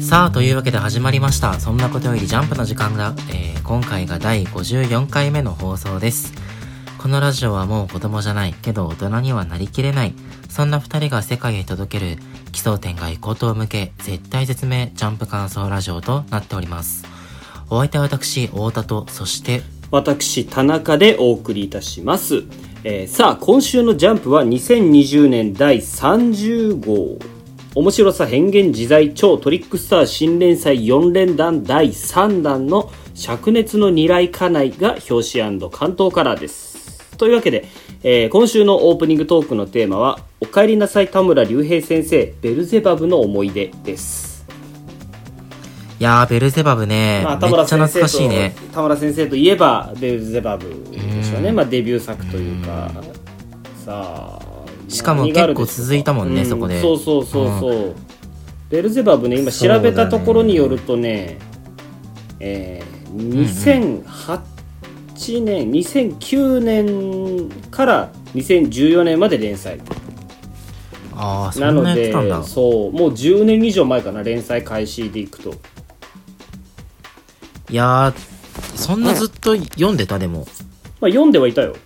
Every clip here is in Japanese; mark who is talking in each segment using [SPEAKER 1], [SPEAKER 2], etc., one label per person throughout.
[SPEAKER 1] さあというわけで始まりましたそんなことよりジャンプの時間だ、えー今回が第54回目の放送ですこのラジオはもう子供じゃないけど大人にはなりきれないそんな2人が世界へ届ける奇想天外高等向け絶対絶命ジャンプ感想ラジオとなっておりますお相手は私太田とそして
[SPEAKER 2] 私田中でお送りいたします、えーさあ今週の「ジャンプ」は2020年第30号面白さ変幻自在超トリックスター新連載4連弾第3弾の「灼熱の二来家内」が表紙関東カラーですというわけで、えー今週のオープニングトークのテーマは「おかえりなさい田村隆平先生ベルゼバブの思い出」です、
[SPEAKER 1] いやーベルゼバブね、
[SPEAKER 2] まあ、
[SPEAKER 1] め
[SPEAKER 2] 田
[SPEAKER 1] っちゃ
[SPEAKER 2] 村
[SPEAKER 1] 懐
[SPEAKER 2] 先
[SPEAKER 1] かしい
[SPEAKER 2] 生
[SPEAKER 1] ね
[SPEAKER 2] と田村先生といえばベルゼバブでしょうね、
[SPEAKER 1] うん
[SPEAKER 2] まあ、デビュー作というか、さあ
[SPEAKER 1] しかも
[SPEAKER 2] 何があるでょう
[SPEAKER 1] 結構続いたもんねそこで
[SPEAKER 2] そうそうそうそう、ベルゼバブね今調べたところによるとねえー2008年2009年から2014年まで連載
[SPEAKER 1] ああそ
[SPEAKER 2] なんの
[SPEAKER 1] なやって
[SPEAKER 2] で
[SPEAKER 1] たんだ
[SPEAKER 2] そうもう10年以上前かな連載開始でいくと
[SPEAKER 1] いやーそんなずっと読んでたでも
[SPEAKER 2] まあ、読んではいたよ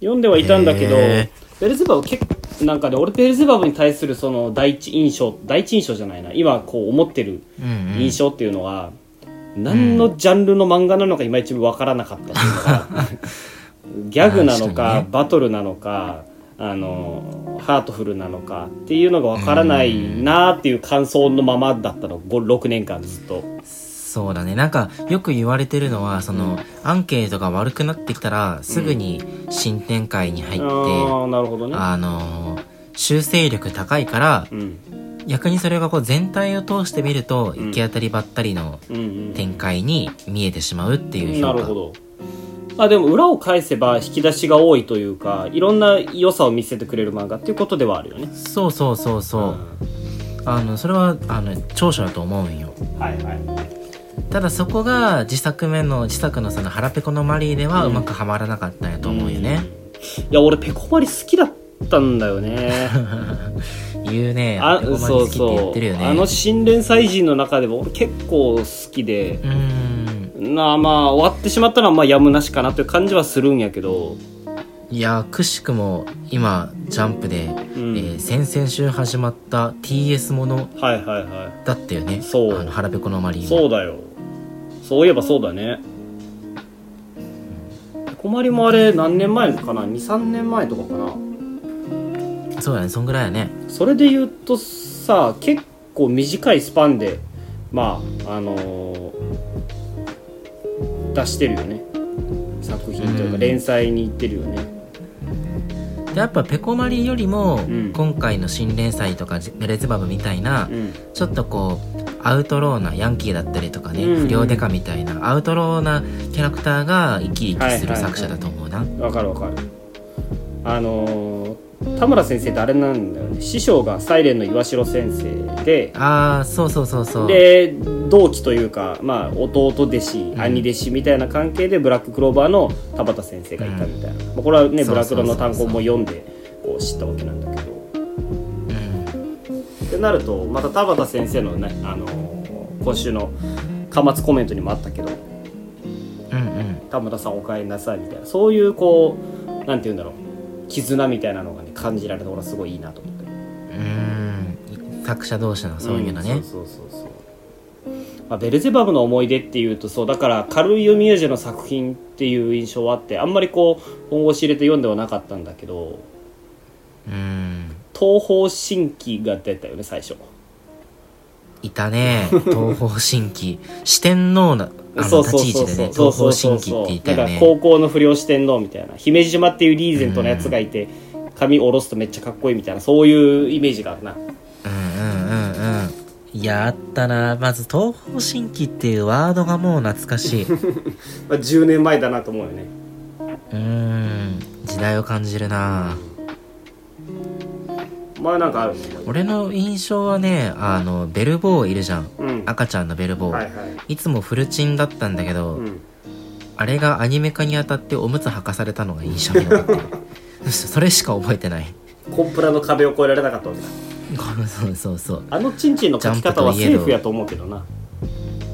[SPEAKER 2] 読んではいたんだけど
[SPEAKER 1] へ
[SPEAKER 2] ベルゼバブ結構なんかね俺ベルゼバブに対するその第一印象第一印象じゃないな今こう思ってる
[SPEAKER 1] うんうん
[SPEAKER 2] 印象っていうのは、何のジャンルの漫画なのかいまいち分からなかったってい うかギャグなの
[SPEAKER 1] 確か
[SPEAKER 2] か
[SPEAKER 1] にね
[SPEAKER 2] バトルなのかあのハートフルなのかっていうのが分からないなーっていう感想のままだったの5 6年間ずっと。
[SPEAKER 1] そうだねなんかよく言われてるのはその、アンケートが悪くなってきたらすぐに新展開に入って、
[SPEAKER 2] ああなるほどね。
[SPEAKER 1] あのー修正力高いから
[SPEAKER 2] うん
[SPEAKER 1] 逆にそれがこう全体を通して見ると
[SPEAKER 2] うん
[SPEAKER 1] 行き当たりばったりの
[SPEAKER 2] うんうん、
[SPEAKER 1] 展開に見えてしまうっていう評
[SPEAKER 2] な
[SPEAKER 1] 価、
[SPEAKER 2] るほどあでも裏を返せば引き出しが多いというかいろんな良さを見せてくれる漫画っていうことではあるよね
[SPEAKER 1] そうそうそうそう、あのそれはあの長所だと思うんよ
[SPEAKER 2] うんはいはい
[SPEAKER 1] ただそこが自作目の自作のその腹ペコのマリーでは
[SPEAKER 2] う
[SPEAKER 1] うんまくはまらなかったんやと思うよ ね、
[SPEAKER 2] いや俺ペコマリ好きだったんだよね
[SPEAKER 1] 言うね
[SPEAKER 2] あ
[SPEAKER 1] ペコマリ
[SPEAKER 2] そ
[SPEAKER 1] 好
[SPEAKER 2] う
[SPEAKER 1] きって言っ
[SPEAKER 2] そ
[SPEAKER 1] てるよ
[SPEAKER 2] う
[SPEAKER 1] ね
[SPEAKER 2] あの新連載陣の中でも俺結構好きで
[SPEAKER 1] うーん
[SPEAKER 2] なあまあ終わってしまったのはまあやむなしかなという感じはするんやけど
[SPEAKER 1] いやーくしくも今ジャンプで、
[SPEAKER 2] ん
[SPEAKER 1] えー先々週始まった TS もの
[SPEAKER 2] はいはいは
[SPEAKER 1] だったよね
[SPEAKER 2] そう
[SPEAKER 1] あの腹ペコのマリ
[SPEAKER 2] い
[SPEAKER 1] ー
[SPEAKER 2] そう
[SPEAKER 1] も
[SPEAKER 2] だよそういえばそうだねペコマリもあれ何年前かな23年前とかかな
[SPEAKER 1] そうだねそんぐらいやね
[SPEAKER 2] それで言うとさ結構短いスパンでまああのー出してるよね作品という
[SPEAKER 1] う
[SPEAKER 2] か
[SPEAKER 1] ん
[SPEAKER 2] 連載に行ってるよね
[SPEAKER 1] でやっぱペコマリーよりも、
[SPEAKER 2] ん
[SPEAKER 1] 今回の新連載とかジベレズバブみたいな、
[SPEAKER 2] うん
[SPEAKER 1] ちょっとこうアウトローなヤンキーだったりとかね、
[SPEAKER 2] うん
[SPEAKER 1] 不良デカみたいなアウトローなキャラクターが生き生きする作者だと思うな、
[SPEAKER 2] わかるわかるあのー田村先生ってあれなんだよね師匠が「サイレンの岩城先生で
[SPEAKER 1] ああそうそうそうそう
[SPEAKER 2] で同期というか、まあ、弟弟子、
[SPEAKER 1] ん
[SPEAKER 2] 兄弟子みたいな関係でブラッククローバーの田畑先生がいたみたいな、まあ、これはね
[SPEAKER 1] そ
[SPEAKER 2] ブ
[SPEAKER 1] うそう
[SPEAKER 2] ラッ
[SPEAKER 1] そ
[SPEAKER 2] ク
[SPEAKER 1] う
[SPEAKER 2] ロの単行も読んでこう知ったわけなんだけど
[SPEAKER 1] うん
[SPEAKER 2] ってなるとまた田畑先生のね、あのー今週の巻末コメントにもあったけど
[SPEAKER 1] うんうん
[SPEAKER 2] 田畑さんお帰りなさいみたいなそういうこうなんて言うんだろう絆みたいなのがね感じられて俺はすごいいいなと思って
[SPEAKER 1] うん作者同士のそういうのね、
[SPEAKER 2] んそうそうそうそうまあ、ベルゼバブの思い出っていうとそうだから軽い読み味の作品っていう印象はあってあんまりこう本腰入れて読んではなかったんだけど
[SPEAKER 1] うん
[SPEAKER 2] 東方神起が出たよね最初
[SPEAKER 1] いたね東方神起四天王なあ
[SPEAKER 2] そ
[SPEAKER 1] の
[SPEAKER 2] うそ
[SPEAKER 1] 立ち
[SPEAKER 2] う
[SPEAKER 1] 位
[SPEAKER 2] そ
[SPEAKER 1] 置
[SPEAKER 2] う
[SPEAKER 1] で
[SPEAKER 2] そ
[SPEAKER 1] ね
[SPEAKER 2] うそう
[SPEAKER 1] 東
[SPEAKER 2] そう
[SPEAKER 1] 方
[SPEAKER 2] そ
[SPEAKER 1] 神
[SPEAKER 2] う
[SPEAKER 1] 起っていた
[SPEAKER 2] なん
[SPEAKER 1] よ
[SPEAKER 2] か
[SPEAKER 1] ね
[SPEAKER 2] 高校の不良四天王みたいな姫路島っていうリーゼントのやつがいて髪下ろすとめっちゃかっこいいみたいなそういうイメージがあるな
[SPEAKER 1] うんうんうんうんいやあったなまず東方神起っていうワードがもう懐か しいう
[SPEAKER 2] まあ、10年前だなと思うよね
[SPEAKER 1] ん時代を感じるな
[SPEAKER 2] まあなんかあるね
[SPEAKER 1] 俺の印象はねあのベルボーいるじゃん
[SPEAKER 2] うんは
[SPEAKER 1] 赤ちゃんのベルボ
[SPEAKER 2] い
[SPEAKER 1] ー、
[SPEAKER 2] はい
[SPEAKER 1] いつもフルチンだったんだけど、
[SPEAKER 2] うん
[SPEAKER 1] あれがアニメ化にあたっておむつ履かされた のが印象に残ってるそれしか覚えてない
[SPEAKER 2] コンプラの壁を越えられなかったわけだ
[SPEAKER 1] そうそうそう
[SPEAKER 2] あのチンチンの書き方は
[SPEAKER 1] ジャンプといえど
[SPEAKER 2] セーフやと思うけどな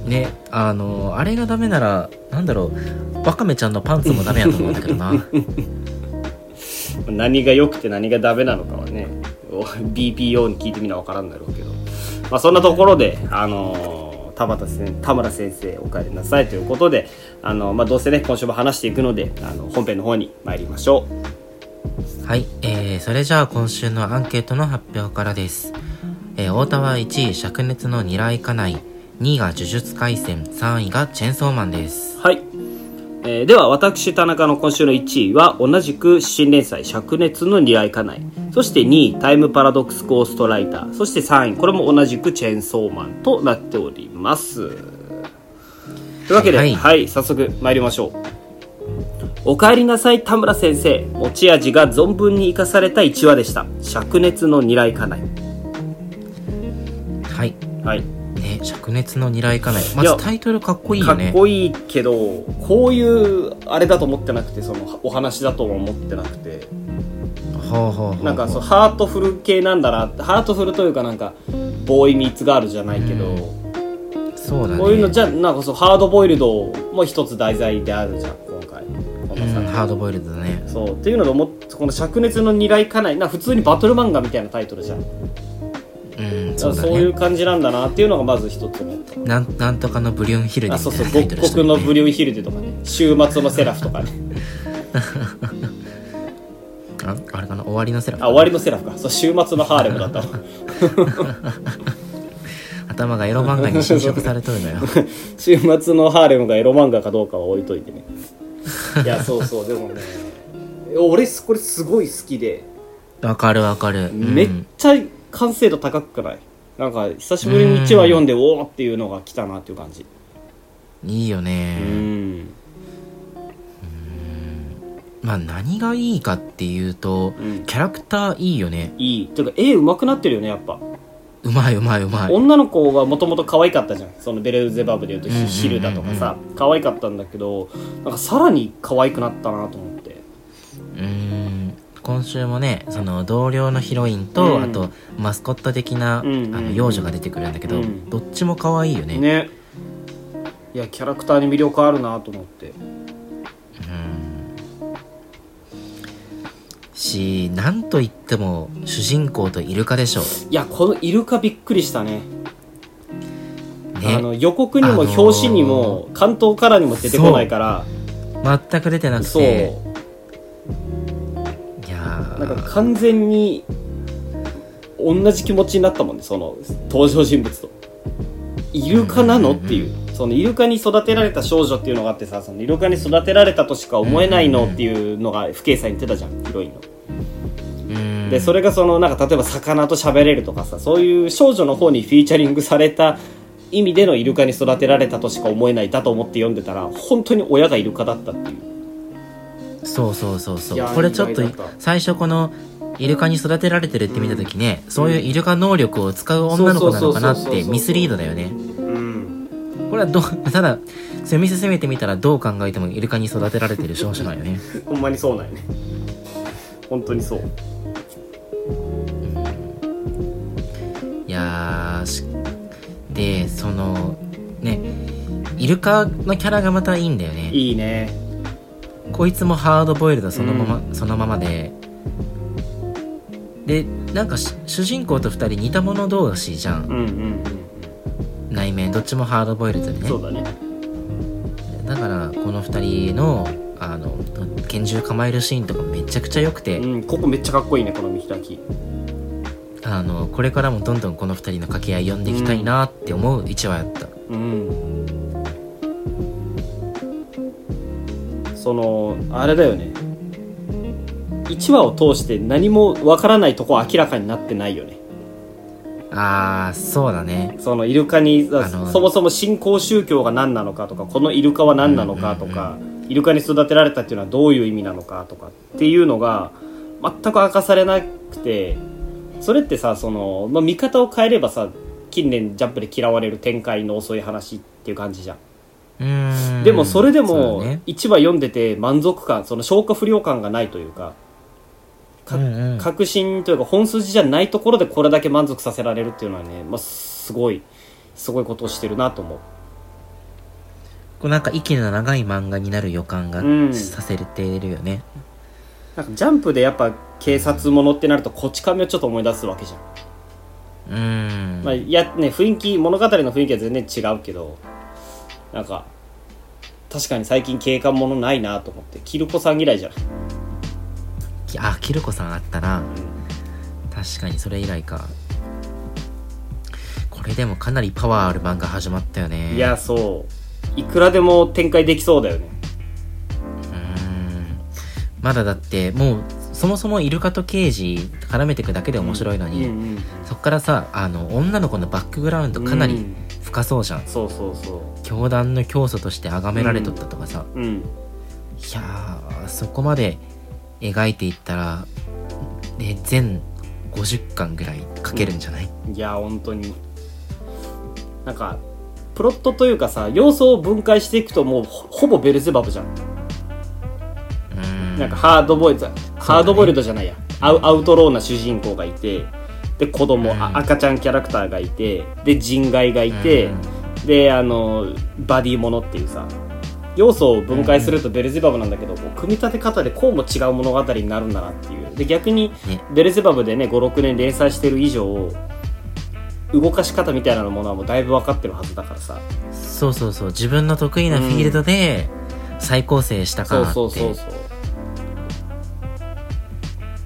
[SPEAKER 1] ねあのあれがダメならなんだろうワカメちゃんのパンツもダメやと思うんだけど な
[SPEAKER 2] 何が良くて何がダメなのかはねお BPO に聞いてみな分からんだろうけど、まあ、そんなところで、あのー田畑先田村先生お帰りなさいということで、あのまあ、どうせね今週も話していくのであの本編の方に参りましょう
[SPEAKER 1] はい、えー、それじゃあ今週のアンケートの発表からです、えー、太田は1位灼熱のニライカナイ2位が呪術廻戦3位がチェンソーマンです
[SPEAKER 2] はい、えーでは私田中の今週の1位は同じく新連載「灼熱の似合いかない」そして2位「タイムパラドックスゴーストライター」そして3位これも同じく「チェーンソーマン」となっておりますというわけで、は、
[SPEAKER 1] はいい
[SPEAKER 2] 早速参りましょうおかえりなさい田村先生持ち味が存分に生かされた1話でした灼熱の似合いかない
[SPEAKER 1] はい
[SPEAKER 2] はい
[SPEAKER 1] ね灼熱のニライカナイま
[SPEAKER 2] いや
[SPEAKER 1] ずタイトルかっこいいよね
[SPEAKER 2] かっこいいけどこういうあれだと思ってなくてそのお話だとも思ってなくて
[SPEAKER 1] はあはあはあ
[SPEAKER 2] なんかそうハートフル系なんだなハートフルというかなんかボーイミーツガールじゃないけど、
[SPEAKER 1] うんそうだね
[SPEAKER 2] こういうのじゃなんかそうハードボイルドも一つ題材であるじゃん今回こ
[SPEAKER 1] う
[SPEAKER 2] の
[SPEAKER 1] ん
[SPEAKER 2] 作
[SPEAKER 1] ハードボイルドだね
[SPEAKER 2] そうっていうので思っこの灼熱の二来かないな普通にバトル漫画みたいなタイトルじゃんだか
[SPEAKER 1] うん
[SPEAKER 2] ら
[SPEAKER 1] そうだ
[SPEAKER 2] そういう
[SPEAKER 1] ね
[SPEAKER 2] 感じなんだなっていうのがまず一つ思った
[SPEAKER 1] なんなんとかのブリュンヒルデ
[SPEAKER 2] あ
[SPEAKER 1] みた
[SPEAKER 2] そう
[SPEAKER 1] い
[SPEAKER 2] そう
[SPEAKER 1] なタイトル
[SPEAKER 2] 極
[SPEAKER 1] したよ
[SPEAKER 2] 国
[SPEAKER 1] ね
[SPEAKER 2] のブリュンヒルデとかね週末のセラフとかね
[SPEAKER 1] ああれかな終わりのセラ
[SPEAKER 2] あ終わりのセラフかそう週末のハーレムだったわ
[SPEAKER 1] 頭がエロ漫画 に侵食されとるのよ
[SPEAKER 2] 週末のハーレムがエロ漫画かどうかは置いといてね いやそうそうでもね俺すこれすごい好きで
[SPEAKER 1] わかるわかる、うん
[SPEAKER 2] めっちゃ完成度高くないなんか久しぶりに1話読んでおおっていうのが来たなっていう感じ
[SPEAKER 1] いいよ
[SPEAKER 2] う
[SPEAKER 1] ね
[SPEAKER 2] ん
[SPEAKER 1] まあ何がいいかっていうと、
[SPEAKER 2] うん
[SPEAKER 1] キャラクターいいよね
[SPEAKER 2] いいていうか絵うまくなってるよねやっぱ、
[SPEAKER 1] うまいうまいうまい
[SPEAKER 2] 女の子がもともと可愛かったじゃんそのベレウゼバブでいうと
[SPEAKER 1] うんうんう
[SPEAKER 2] ヒ
[SPEAKER 1] ん
[SPEAKER 2] ヒルダとかさ可愛かったんだけどなんかさらに可愛くなったなと思って
[SPEAKER 1] うん今週もねその同僚のヒロインと、
[SPEAKER 2] うん
[SPEAKER 1] あとマスコット的な、
[SPEAKER 2] うんうんうん
[SPEAKER 1] あの幼女が出てくるんだけど、
[SPEAKER 2] うん
[SPEAKER 1] どっちも可愛いよね
[SPEAKER 2] ねいやキャラクターに魅力あるなと思って
[SPEAKER 1] うんしなんといっても主人公とイルカでしょ
[SPEAKER 2] いやこのイルカびっくりしたねあ
[SPEAKER 1] ね
[SPEAKER 2] の予告にも
[SPEAKER 1] あのー
[SPEAKER 2] 表紙にも関東からにも出てこないから
[SPEAKER 1] 全く出てなく
[SPEAKER 2] そう
[SPEAKER 1] ていや
[SPEAKER 2] なんか
[SPEAKER 1] ー
[SPEAKER 2] 完全に同じ気持ちになったもんねその登場人物とイルカなの
[SPEAKER 1] うんうんうん
[SPEAKER 2] っていうそのイルカに育てられた少女っていうのがあってさそのイルカに育てられたとしか思えないのっていうのが不敬さに言ってたじゃんヒロインの
[SPEAKER 1] うん
[SPEAKER 2] でそれがそのなんか例えば魚と喋れるとかさそういう少女の方にフィーチャリングされた意味でのイルカに育てられたとしか思えないだと思って読んでたら本当に親がイルカだったっていう
[SPEAKER 1] そうそうそうそ
[SPEAKER 2] いや
[SPEAKER 1] う
[SPEAKER 2] ー
[SPEAKER 1] これちょっと
[SPEAKER 2] 意外だった
[SPEAKER 1] 最初このイルカに育てられてるって見た時ね、そういうイルカ能力を使う女の子なのかな
[SPEAKER 2] そう
[SPEAKER 1] っ
[SPEAKER 2] そうそうそう
[SPEAKER 1] て
[SPEAKER 2] そう
[SPEAKER 1] ミスリードだよね
[SPEAKER 2] うん
[SPEAKER 1] これはどう ただそれ見進めてみたらどう考えてもイルカに育てられてる少女だよね
[SPEAKER 2] ほんまにそうなんよね本当にそう
[SPEAKER 1] いやーしでそのねイルカのキャラがまたいいんだよね
[SPEAKER 2] いいね
[SPEAKER 1] こいつもハードボイルドそのまま、そのままででなんかし主人公と2人似た者同士じゃん
[SPEAKER 2] うんうんうん
[SPEAKER 1] 内面どっちもハードボイルドで
[SPEAKER 2] うん
[SPEAKER 1] ね
[SPEAKER 2] そうだね
[SPEAKER 1] だからこの2人のあの拳銃構えるシーンとかめちゃくちゃ良くて、
[SPEAKER 2] うんここめっちゃかっこいいねこの見開き
[SPEAKER 1] あのこれからもどんどんこの2人の掛け合い読んでいきたいなって思う1話やった、
[SPEAKER 2] うんそのあれだよね1話を通して何もわからないとこは明らかになってないよね
[SPEAKER 1] あーそうだね
[SPEAKER 2] そのイルカに
[SPEAKER 1] あの
[SPEAKER 2] そもそも信仰宗教が何なのかとかこのイルカは何なのかとか、イルカに育てられたっていうのはどういう意味なのかとかっていうのが全く明かされなくてそれってさその、まあ、見方を変えればさ近年ジャンプで嫌われる展開の遅い話っていう感じじゃん
[SPEAKER 1] うーん
[SPEAKER 2] でもそれで
[SPEAKER 1] そう
[SPEAKER 2] も
[SPEAKER 1] だね
[SPEAKER 2] 1話読んでて満足感その消化不良感がないというかか
[SPEAKER 1] うんうん
[SPEAKER 2] 革新というか本筋じゃないところでこれだけ満足させられるっていうのはね、まあ、すごいすごいことをしてるなと思う
[SPEAKER 1] こうなんか息の長い漫画になる予感が
[SPEAKER 2] うん
[SPEAKER 1] させてるよね、
[SPEAKER 2] なんかジャンプでやっぱ警察ものってなるとこち亀をちょっと思い出すわけじゃん、
[SPEAKER 1] うーん、
[SPEAKER 2] まあやね、雰囲気物語の雰囲気は全然違うけどなんか確かに最近警官ものないなと思ってキルコさん以来じゃない、
[SPEAKER 1] きあキルコさんあったな
[SPEAKER 2] う
[SPEAKER 1] 確かにそれ以来かこれでもかなりパワーある漫画始まったよね
[SPEAKER 2] んいやそういくらでも展開できそうだよね
[SPEAKER 1] うーんまだだってもうそもそもイルカと刑事絡めていくだけで面白いのに、
[SPEAKER 2] うんうん
[SPEAKER 1] そっからさあの女の子のバックグラウンドかな
[SPEAKER 2] う
[SPEAKER 1] り
[SPEAKER 2] ん
[SPEAKER 1] 深そうじゃん、
[SPEAKER 2] そうそうそ
[SPEAKER 1] 教団の教祖として崇められとったとかさ、
[SPEAKER 2] ううん
[SPEAKER 1] いやーそこまで描いていったら、ね、全50巻ぐらい書けるんじゃない、
[SPEAKER 2] いや本当になんかプロットというかさ要素を分解していくともうほほぼベルゼバブじゃん、
[SPEAKER 1] うーん
[SPEAKER 2] なんかハードボイルドハードボイルドじゃないやアウアウトローな主人公がいてで子供、あ
[SPEAKER 1] うん
[SPEAKER 2] 赤ちゃんキャラクターがいてで人外がいて、
[SPEAKER 1] うん
[SPEAKER 2] であのバディものっていうさ要素を分解するとベルゼバブなんだけど、こう組み立て方でこうも違う物語になるんだなっていうで逆に
[SPEAKER 1] ね
[SPEAKER 2] ベルゼバブでね56年連載してる以上動かし方みたいなものはもうだいぶ分かってるはずだからさ
[SPEAKER 1] そうそうそう自分の得意なフィールドで再構成したか
[SPEAKER 2] そう
[SPEAKER 1] らって
[SPEAKER 2] そ
[SPEAKER 1] めっ
[SPEAKER 2] うそうそう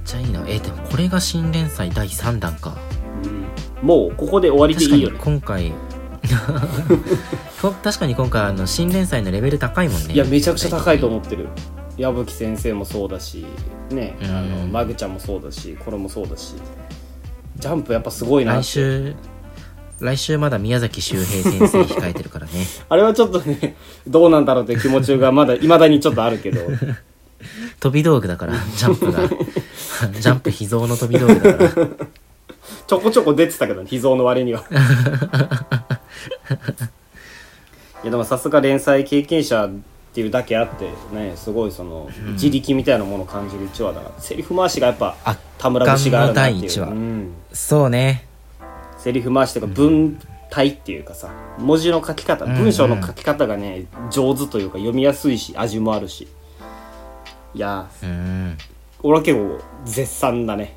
[SPEAKER 1] ちゃいいなえでもこれが新連載第3弾か
[SPEAKER 2] もうここで終わりで
[SPEAKER 1] 確
[SPEAKER 2] い
[SPEAKER 1] か
[SPEAKER 2] い
[SPEAKER 1] に
[SPEAKER 2] よね
[SPEAKER 1] 今回 こ確かに今回あの新連載のレベル高いもんね
[SPEAKER 2] いやめちゃくちゃ高いと思ってる矢吹先生もそうだしねあの
[SPEAKER 1] うん
[SPEAKER 2] マグちゃんもそうだしこれもそうだしジャンプやっぱすごいな
[SPEAKER 1] 来
[SPEAKER 2] って
[SPEAKER 1] 週来週まだ宮崎周平先生控えてる からね
[SPEAKER 2] あれはちょっとね どうなんだろうという気持ちがまだいまだにちょっとあるけ ど
[SPEAKER 1] 飛び道具だからジャンプが ジャンプ秘蔵の飛び道具だから
[SPEAKER 2] ちょこちょこ出てたけどね秘蔵の割 にはいやでもさすが連載経験者っていうだけあってねすごいその自力みたいなものを感じる一話だな、セリフ回しがやっぱ
[SPEAKER 1] あ
[SPEAKER 2] 田村節 があるなって
[SPEAKER 1] 圧巻の第
[SPEAKER 2] い
[SPEAKER 1] 一
[SPEAKER 2] う、
[SPEAKER 1] 話
[SPEAKER 2] うん、
[SPEAKER 1] そうね
[SPEAKER 2] セリフ回しというか文体っていうかさ文字の書き方
[SPEAKER 1] んうん
[SPEAKER 2] 文章の書き方がね上手というか読みやすいし味もあるしいやー
[SPEAKER 1] うん
[SPEAKER 2] 俺は結構絶賛だね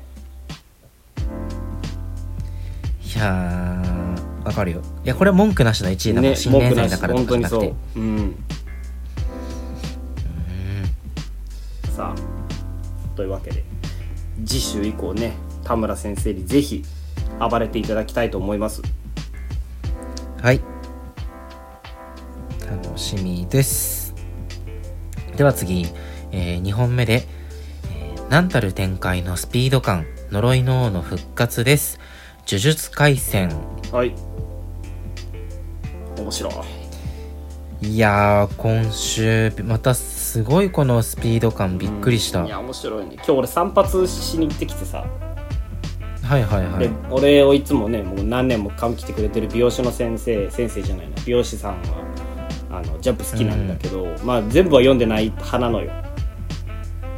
[SPEAKER 1] いやーわかるよいやこれは文句なしの1位だから、
[SPEAKER 2] ね
[SPEAKER 1] 新
[SPEAKER 2] 文
[SPEAKER 1] 連
[SPEAKER 2] 句な
[SPEAKER 1] 載
[SPEAKER 2] し
[SPEAKER 1] だからと
[SPEAKER 2] 本
[SPEAKER 1] かじ
[SPEAKER 2] 当
[SPEAKER 1] ゃ
[SPEAKER 2] に
[SPEAKER 1] な
[SPEAKER 2] そ
[SPEAKER 1] くて
[SPEAKER 2] ううんさあというわけで次週以降ね田村先生にぜひ暴れていただきたいと思います
[SPEAKER 1] はい楽しみですでは次、え2本目で、えー何たる展開のスピード感呪いの王の復活です呪術廻戦
[SPEAKER 2] はい面白い
[SPEAKER 1] いやー今週またすごいこのスピード感びっくりした、
[SPEAKER 2] いや面白いね今日俺散髪しに行ってきてさ
[SPEAKER 1] はいはいは
[SPEAKER 2] で
[SPEAKER 1] い
[SPEAKER 2] 俺をいつもねもう何年も髪切ってくれてる美容師の先生先生じゃないな美容師さんはあのジャンプ好きなんだけど、まあ、全部は読んでない派なのよ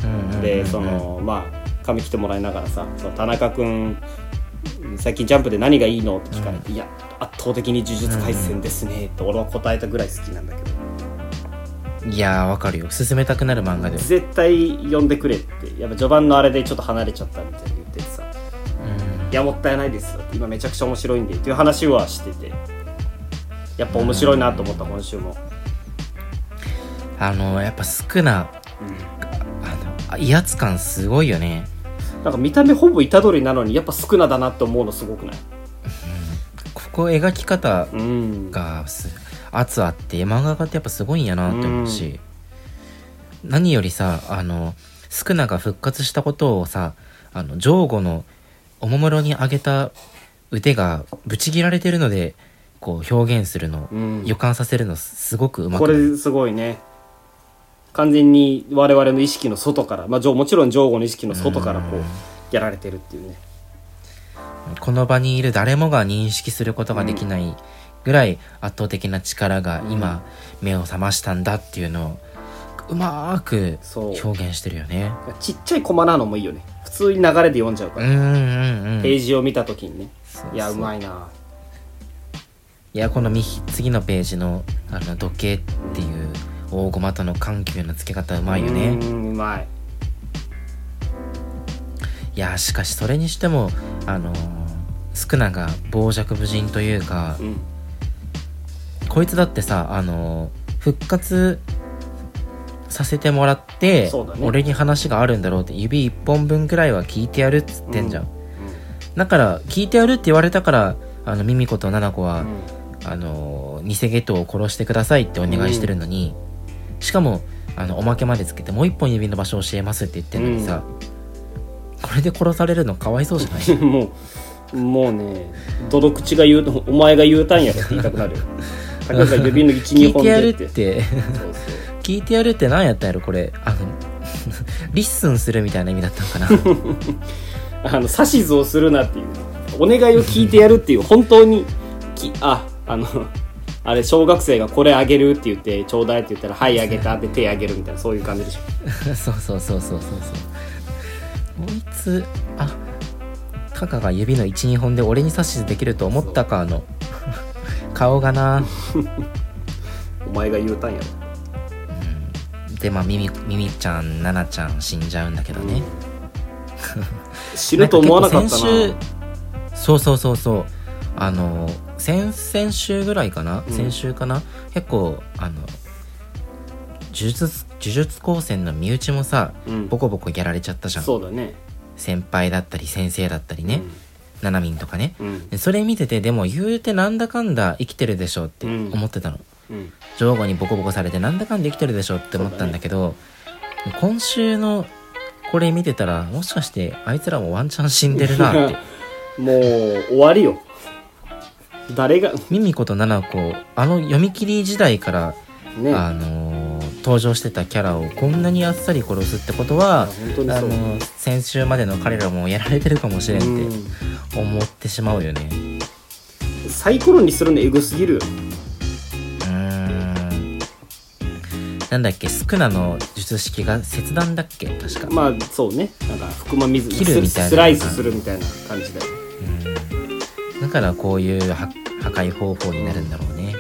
[SPEAKER 1] うんうんうんうん
[SPEAKER 2] でそのまあ髪切ってもらいながらさその田中君最近ジャンプで何がいいのって聞かれて、いや圧倒的に呪術廻戦ですねって俺は答えたぐらい好きなんだけど、
[SPEAKER 1] いやーわかるよ進めたくなる漫画で
[SPEAKER 2] 絶対読んでくれってやっぱ序盤のあれでちょっと離れちゃったみたいに言っててさ「いやもったいないですよ今めちゃくちゃ面白いんで」っていう話はしててやっぱ面白いなと思った今週も、
[SPEAKER 1] あのやっぱ少なあのあ威圧感すごいよね
[SPEAKER 2] なんか見た目ほぼ虎杖なのにやっぱ少なだなって思うのすごくない
[SPEAKER 1] ここ描き方
[SPEAKER 2] うん
[SPEAKER 1] がす圧あって漫画家ってやっぱすごいんやなって思うし、何よりさあのスクナが復活したことをさあのジョーゴのおもむろに上げた腕がぶち切られてるのでこう表現するの、
[SPEAKER 2] うん
[SPEAKER 1] 予感させるのすすごくうまく
[SPEAKER 2] これすごいね完全に我々の意識の外から、まあ、ジョーもちろんジョーゴの意識の外からこうやられてるっていうね
[SPEAKER 1] この場にいる誰もが認識することができないぐらい圧倒的な力が今目を覚ましたんだっていうのをうまーく
[SPEAKER 2] そう
[SPEAKER 1] 表現してるよね。
[SPEAKER 2] ちっちゃい駒なのもいいよね普つい流れで読んじゃうか
[SPEAKER 1] うん
[SPEAKER 2] ら、
[SPEAKER 1] うんうん
[SPEAKER 2] ページを見た時にね
[SPEAKER 1] そうそう
[SPEAKER 2] いやうまいない
[SPEAKER 1] やこのみ次のページのあの時計っていう大駒との緩急のつけ方うまいよ
[SPEAKER 2] う
[SPEAKER 1] ね
[SPEAKER 2] んうまい
[SPEAKER 1] いやしかしそれにしてもあのースクナが傍若無人というか
[SPEAKER 2] うん
[SPEAKER 1] こいつだってさあのー復活させてもらって、
[SPEAKER 2] そうだね
[SPEAKER 1] 俺に話があるんだろうって指一本分くらいは聞いてやるっつってんじゃん、だから聞いてやるって言われたからあのミミコとナナコは、
[SPEAKER 2] うんうん
[SPEAKER 1] あの偽ゲトを殺してくださいってお願いしてるのに、しかもあのおまけまでつけてもう一本指の場所を教えますって言ってるのにさ、これで殺されるのかわいそうじゃない
[SPEAKER 2] もうもうね泥口が言うとお前が言うたんやろって言いたくな るよたかが指の
[SPEAKER 1] 聞
[SPEAKER 2] 12
[SPEAKER 1] い
[SPEAKER 2] 本
[SPEAKER 1] てやる
[SPEAKER 2] で
[SPEAKER 1] っ
[SPEAKER 2] って
[SPEAKER 1] て
[SPEAKER 2] そうそう
[SPEAKER 1] 聞いてやるって何やったんやろこれあの リッスンするみたいな意味だったの かな
[SPEAKER 2] あの指図をするなっていうお願いを聞いてやるっていう本当にきああのあれ小学生がこれあげるって言ってちょうだいって言ったら「はいあげた」って手あげるみたいなそういう感じでしょ
[SPEAKER 1] そうそうそうそうそうそうこいつあタカが指の12本で俺に指図できると思ったかあの 顔がな
[SPEAKER 2] お前が言うたんやろ
[SPEAKER 1] でまあミミミミちゃんナナちゃん死んじゃうんだけどね、
[SPEAKER 2] 死ぬと思わなかった
[SPEAKER 1] ん
[SPEAKER 2] な
[SPEAKER 1] 結構先週そうそうそうそうあの先先週ぐらいかな、
[SPEAKER 2] うん
[SPEAKER 1] 先週かな結構あの呪術呪術高専の身内もさ
[SPEAKER 2] うん
[SPEAKER 1] ボコボコやられちゃったじゃん
[SPEAKER 2] そうだね
[SPEAKER 1] 先輩だったり先生だったりね、ななみんとかね
[SPEAKER 2] うんうん
[SPEAKER 1] でそれ見ててでも言うてなんだかんだ生きてるでしょうって
[SPEAKER 2] うん
[SPEAKER 1] 思ってたの、
[SPEAKER 2] うん
[SPEAKER 1] 上後にボコボコされてなんだかんで生きてるでしょって思ったんだけど今週のこれ見てたらもしかしてあいつらもワンチャン死んでるなって
[SPEAKER 2] もう終わりよ誰が
[SPEAKER 1] ミミコとナナコあの読み切り時代から、
[SPEAKER 2] ね
[SPEAKER 1] あのー登場してたキャラをこんなにあっさり殺すってことは、
[SPEAKER 2] 本当に
[SPEAKER 1] あ
[SPEAKER 2] そう
[SPEAKER 1] のー先週までの彼らもやられてるかもしれんって思ってしまうよね。
[SPEAKER 2] うんサイコロにするのエグすぎるよ
[SPEAKER 1] うーんなんだっけスクナの術式が切断だっけ確か。
[SPEAKER 2] まあそうねなんか含ま水
[SPEAKER 1] 切るみたいな
[SPEAKER 2] スライスするみたいな感じだよ
[SPEAKER 1] だからこういうは破壊方法になるんだろうね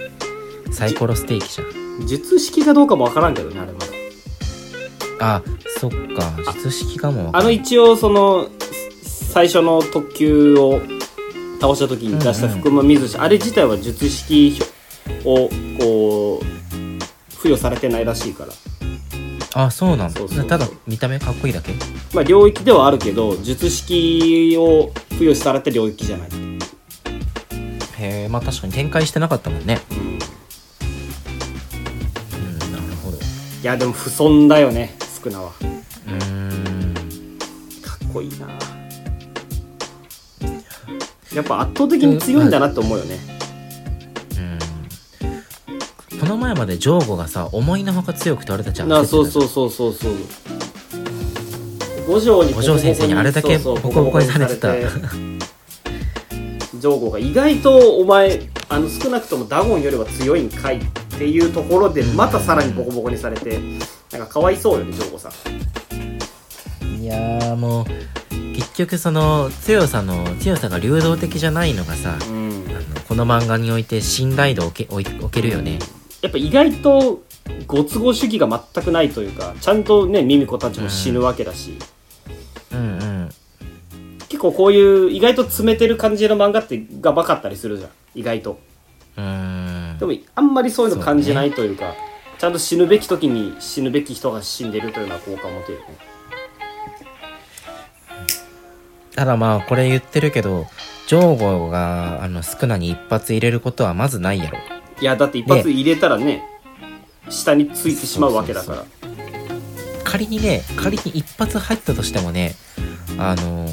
[SPEAKER 1] サイコロステーキじゃん
[SPEAKER 2] 術式かどうかもわからんけどねあれは
[SPEAKER 1] あそっか術式かもわか
[SPEAKER 2] あ
[SPEAKER 1] ん
[SPEAKER 2] の
[SPEAKER 1] ない
[SPEAKER 2] 一応その最初の特急を倒した時に出した福間水氏、あれ自体は術式をこう付与されてないらしいから
[SPEAKER 1] あそうなんだ
[SPEAKER 2] そうそうそう
[SPEAKER 1] ただ見た目かっこいいだけ
[SPEAKER 2] まあ領域ではあるけど術式を付与された領域じゃない、うん、
[SPEAKER 1] へえまあ確かに展開してなかったもんね
[SPEAKER 2] い
[SPEAKER 1] うんなるほどう
[SPEAKER 2] やでも不損だよね少なはか
[SPEAKER 1] ーん
[SPEAKER 2] っこいいなやっぱ圧倒的に強いんだなって思うよね、
[SPEAKER 1] うんこの前までジョーゴがさ思いのほか強くて俺たちは
[SPEAKER 2] なそう
[SPEAKER 1] う
[SPEAKER 2] そうそうそうそう五条に
[SPEAKER 1] 五条先生にあれだけ
[SPEAKER 2] そうそう
[SPEAKER 1] ボコボコにされてた
[SPEAKER 2] ボコボコにされてジョーゴが意外とお前あの少なくともダゴンよりは強いんかいっていうところでまたさらにボコボコにされてなんかかわいそうよねジョーゴさん
[SPEAKER 1] いやーもう結局その強さの強さが流動的じゃないのがさ
[SPEAKER 2] うん
[SPEAKER 1] あのこの漫画において信頼度を置け置い置けるよね、
[SPEAKER 2] やっぱ意外とご都合主義が全くないというかちゃんとねミミコたちも死ぬわけだし、
[SPEAKER 1] うんうん
[SPEAKER 2] 結構こういう意外と詰めてる感じの漫画ってがバかったりするじゃん意外と
[SPEAKER 1] うーん
[SPEAKER 2] でもあんまりそういうの感じないというかちゃんと死ぬべき時に死ぬべき人が死んでるというのは効果を持てるよね
[SPEAKER 1] ただまあこれ言ってるけどジョーゴがあの少なに一発入れることはまずないやろ
[SPEAKER 2] いやだって一発入れたらね下についてしまうわけだから
[SPEAKER 1] そう仮にね仮に一発入ったとしてもねあの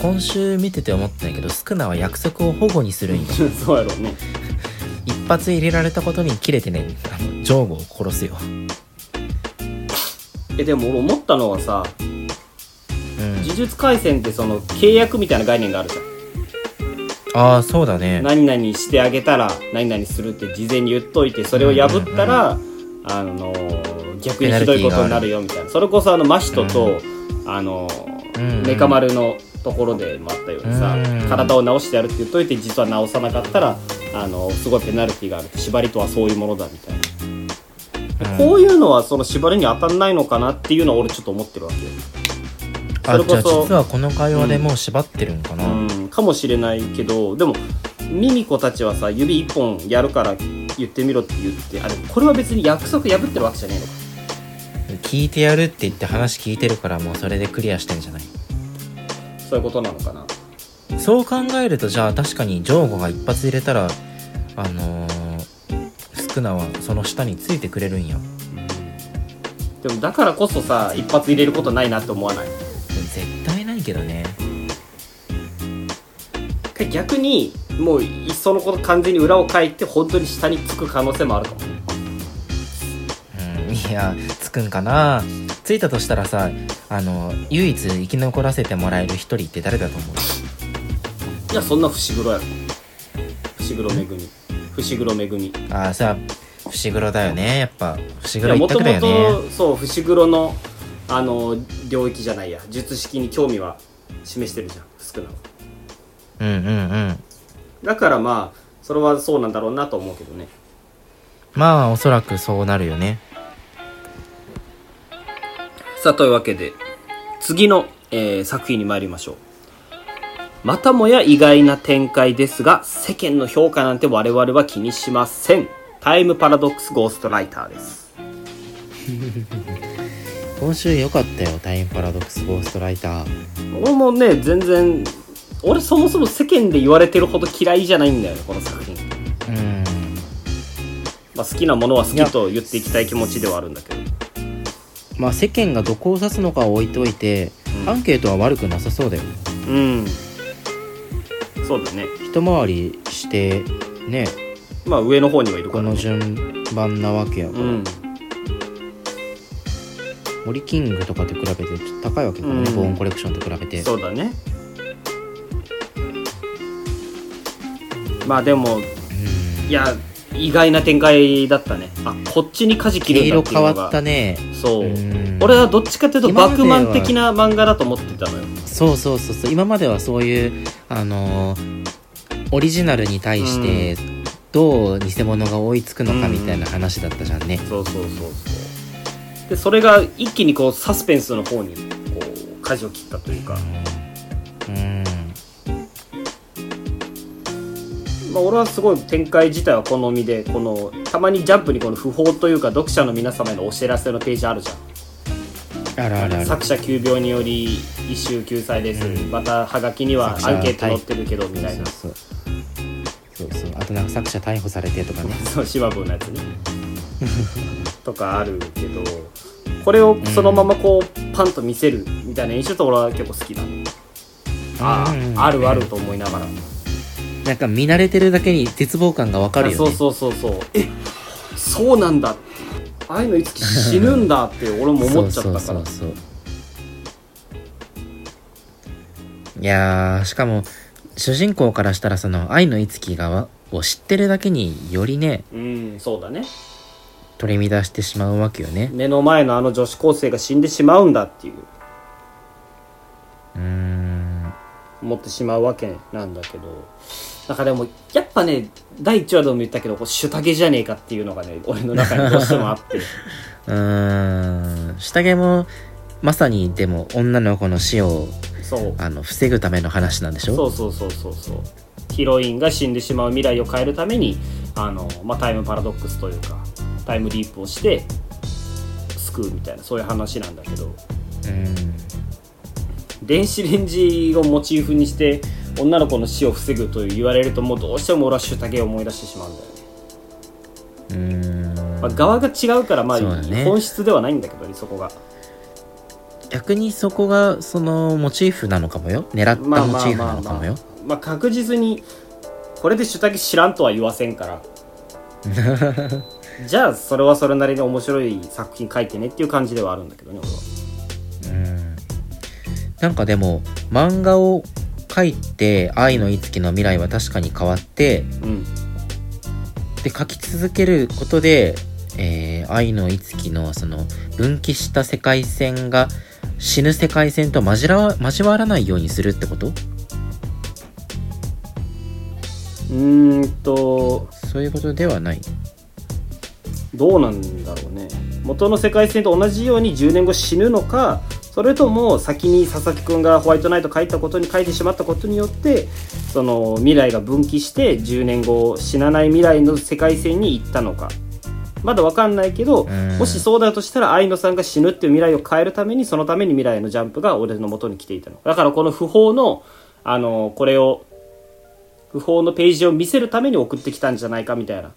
[SPEAKER 1] 今週見てて思ったんやけど少なは約束を保護にするんよ
[SPEAKER 2] そうやろうね
[SPEAKER 1] 一発入れられたことに切れてねあのジョーゴを殺すよ、
[SPEAKER 2] えでも俺思ったのはさ
[SPEAKER 1] うん、
[SPEAKER 2] 呪術廻戦ってその契約みたいな概念があるじゃん
[SPEAKER 1] ああそうだね
[SPEAKER 2] 何々してあげたら何々するって事前に言っといてそれを破ったら、あのー逆にひどいことになるよみたいなそれこそあの真人と、あのー
[SPEAKER 1] うんうん
[SPEAKER 2] メカ丸のところでもあったようにさ、
[SPEAKER 1] うん
[SPEAKER 2] 体を治してやるって言っといて実は治さなかったらあのすごいペナルティがある縛りとはそういうものだみたいな。
[SPEAKER 1] うん
[SPEAKER 2] こういうのはその縛りに当たんないのかなっていうのは俺ちょっと思ってるわ
[SPEAKER 1] あ
[SPEAKER 2] それこ
[SPEAKER 1] じゃ
[SPEAKER 2] そ
[SPEAKER 1] あ実はこの会話でもう縛ってるんか
[SPEAKER 2] け、
[SPEAKER 1] な、
[SPEAKER 2] うん、かもしれないけどでもミミコたちはさ指一本やるから言ってみろって言ってあれこれは別に約束破ってるわけじゃねえのか
[SPEAKER 1] 聞いてやるって言って話聞いてるからもうそれでクリアしてんじゃない
[SPEAKER 2] そういうことなのかな
[SPEAKER 1] そう考えるとじゃあ確かにジョーゴが一発入れたらあのー、スクナはその下についてくれるんや
[SPEAKER 2] でもだからこそさ一発入れることないなって思わない
[SPEAKER 1] 絶対ないけどね
[SPEAKER 2] 逆にもういっそのこと完全に裏を書いて本当に下につく可能性もあるかも
[SPEAKER 1] うんいやつくんかなついたとしたらさあの唯一生き残らせてもらえる一人って誰だと思う
[SPEAKER 2] いやそんな伏黒やろ伏黒めぐみ伏黒めぐみ
[SPEAKER 1] ああさ伏黒だよねやっぱ伏
[SPEAKER 2] い
[SPEAKER 1] 黒
[SPEAKER 2] や
[SPEAKER 1] 一
[SPEAKER 2] もと
[SPEAKER 1] 択だ
[SPEAKER 2] も
[SPEAKER 1] よね
[SPEAKER 2] とそう伏黒のあの領域じゃないや術式に興味は示してるじゃん少なく
[SPEAKER 1] うんうんうん
[SPEAKER 2] だからまあそれはそうなんだろうなと思うけどね
[SPEAKER 1] まあおそらくそうなるよね
[SPEAKER 2] さあというわけで次の、えー作品に参りましょうまたもや意外な展開ですが世間の評価なんて我々は気にしませんタイムパラドックスゴーストライターです
[SPEAKER 1] 今週良かったよタイムパラドックスゴーストライター
[SPEAKER 2] 俺もね全然俺そもそも世間で言われてるほど嫌いじゃないんだよねこの作品
[SPEAKER 1] うん
[SPEAKER 2] まあ、好きなものは好きと言っていきたい気持ちではあるんだけど
[SPEAKER 1] まあ世間がどこを指すのかは置いといて、
[SPEAKER 2] うん
[SPEAKER 1] アンケートは悪くなさそうだよ
[SPEAKER 2] うんそうだね
[SPEAKER 1] 一回りしてね
[SPEAKER 2] まあ上の方にはいる
[SPEAKER 1] こ
[SPEAKER 2] から、
[SPEAKER 1] の
[SPEAKER 2] ね、
[SPEAKER 1] 順番なわけやから、
[SPEAKER 2] うん
[SPEAKER 1] 森キングとかと比べてちょっと高いわけだからね、
[SPEAKER 2] うん
[SPEAKER 1] ボーンコレクションと比べて
[SPEAKER 2] そうだねまあでも
[SPEAKER 1] うん
[SPEAKER 2] いや意外な展開だったねあこっちに舵切
[SPEAKER 1] 毛
[SPEAKER 2] るんだ
[SPEAKER 1] 色
[SPEAKER 2] っていう
[SPEAKER 1] 変
[SPEAKER 2] の
[SPEAKER 1] わ
[SPEAKER 2] が
[SPEAKER 1] ったね
[SPEAKER 2] そう、
[SPEAKER 1] うん
[SPEAKER 2] 俺はどっちかというと
[SPEAKER 1] 今ま
[SPEAKER 2] バ
[SPEAKER 1] では
[SPEAKER 2] クマン的な漫画だと思ってたのよ
[SPEAKER 1] そうそうそうそう今まではそういうあのーオリジナルに対してどう偽物が追いつくのかみたいな話だったじゃんね、
[SPEAKER 2] そうそうそうそうでそれが一気にこうサスペンスの方にこう舵を切ったというか
[SPEAKER 1] うんうん
[SPEAKER 2] まあ、俺はすごい展開自体は好みでこのたまにジャンプにこの不法というか読者の皆様へのお知らせのページあるじゃ
[SPEAKER 1] あるあるあ
[SPEAKER 2] ん
[SPEAKER 1] る
[SPEAKER 2] 作者急病により一周救済です、
[SPEAKER 1] うん
[SPEAKER 2] またはがきには
[SPEAKER 1] 作
[SPEAKER 2] ア
[SPEAKER 1] 者
[SPEAKER 2] ンケート載ってるけどみたいな
[SPEAKER 1] そうそうそうそうそうあとなんか作者逮捕されてとかね
[SPEAKER 2] そうシワブーのやつ ねとかあるけどこれをそのままこうパンと見せるみたいな演出と俺は結構好きなの、あ
[SPEAKER 1] うん
[SPEAKER 2] ああるあると思いながら、
[SPEAKER 1] なんか見慣れてるだけに絶望感がわかるよね
[SPEAKER 2] そうそうそうそうえそうなんだああいうのいつき死ぬんだって俺も思っちゃったから
[SPEAKER 1] そうそうそうそういやーしかも主人公からしたらその愛のいつきがを知ってるだけによりね
[SPEAKER 2] うんそうだね
[SPEAKER 1] 取り乱してしまうわけよね
[SPEAKER 2] 目の前のあの女子高生が死んでしまうんだっていう
[SPEAKER 1] うーん
[SPEAKER 2] 思ってしまうわけなんだけどだからでもやっぱね第1話でも言ったけどこう主竹じゃねえかっていうのがね俺の中にどうしてもあっ て
[SPEAKER 1] うーん下着もまさにでも女の子の死を
[SPEAKER 2] そう
[SPEAKER 1] あの防ぐための話なんでしょ
[SPEAKER 2] そうそうそうそうそうヒロインが死んでしまう未来を変えるためにあの、まあ、タイムパラドックスというかタイムリープをして救うみたいなそういう話なんだけど
[SPEAKER 1] うん
[SPEAKER 2] 電子レンジをモチーフにして女の子の死を防ぐという言われるともうどうしても俺は主竹を思い出してしまうんだよね、
[SPEAKER 1] うーん
[SPEAKER 2] まあ、側が違うからまあ、
[SPEAKER 1] そうだね
[SPEAKER 2] 本質ではないんだけどねそこが
[SPEAKER 1] 逆にそこがそのモチーフなのかもよ狙っ
[SPEAKER 2] ま
[SPEAKER 1] た
[SPEAKER 2] あ
[SPEAKER 1] モ
[SPEAKER 2] ま
[SPEAKER 1] チ
[SPEAKER 2] あ
[SPEAKER 1] ーフな
[SPEAKER 2] まあ
[SPEAKER 1] のか
[SPEAKER 2] ま
[SPEAKER 1] も
[SPEAKER 2] あ
[SPEAKER 1] よ、、
[SPEAKER 2] まあ、確実にこれで主竹知らんとは言わせんから じゃあそれはそれなりに面白い作品書いてねっていう感じではあるんだけどね俺は
[SPEAKER 1] うんなんかでも漫画を描いて愛のいつきの未来は確かに変わって
[SPEAKER 2] うん
[SPEAKER 1] で描き続けることで、えー愛のいつきのその分岐した世界線が死ぬ世界線と交ら交わらないようにするってこと
[SPEAKER 2] うーんと
[SPEAKER 1] そういうことではない
[SPEAKER 2] どうなんだろうね元の世界線と同じように10年後死ぬのかそれとも先に佐々木くんがホワイトナイト書いたことに書いてしまったことによってその未来が分岐して10年後死なない未来の世界線に行ったのかまだわかんないけど
[SPEAKER 1] うん
[SPEAKER 2] もしそうだとしたら愛野さんが死ぬっていう未来を変えるためにそのために未来のジャンプが俺の元に来ていたのだからこの不法のあのこれを不法のページを見せるために送ってきたんじゃないかみたいな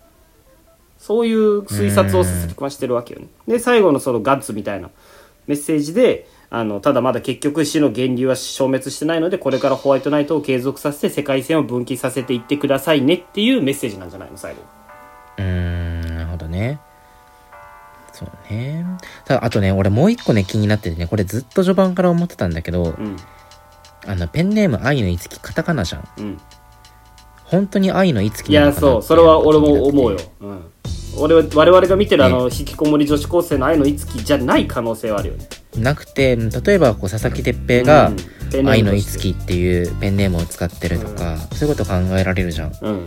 [SPEAKER 2] そういう推察をすり込ましてるわけよね。で最後のそのガッツみたいなメッセージであのただまだ結局死の源流は消滅してないのでこれからホワイトナイトを継続させて世界線を分岐させていってくださいねっていうメッセージなんじゃないの最後。
[SPEAKER 1] うーんなるほどねそうねただあとね俺もう一個ね気になっててねこれずっと序盤から思ってたんだけど
[SPEAKER 2] うん
[SPEAKER 1] あのペンネーム愛のいつきカタカナじゃん
[SPEAKER 2] うん
[SPEAKER 1] 本当に愛のいつき
[SPEAKER 2] い
[SPEAKER 1] な
[SPEAKER 2] や
[SPEAKER 1] のかな
[SPEAKER 2] そう
[SPEAKER 1] って
[SPEAKER 2] それは俺も思うよ、うん、俺は我々が見てるあの、
[SPEAKER 1] ね
[SPEAKER 2] 引きこもり女子高生の愛のいつきじゃない可能性はあるよね
[SPEAKER 1] なくて例えばこう佐々木哲平が
[SPEAKER 2] うん
[SPEAKER 1] 「
[SPEAKER 2] ペンネームとして
[SPEAKER 1] 愛のいつき」っていうペンネームを使ってるとか、そういうこと考えられるじゃん
[SPEAKER 2] うん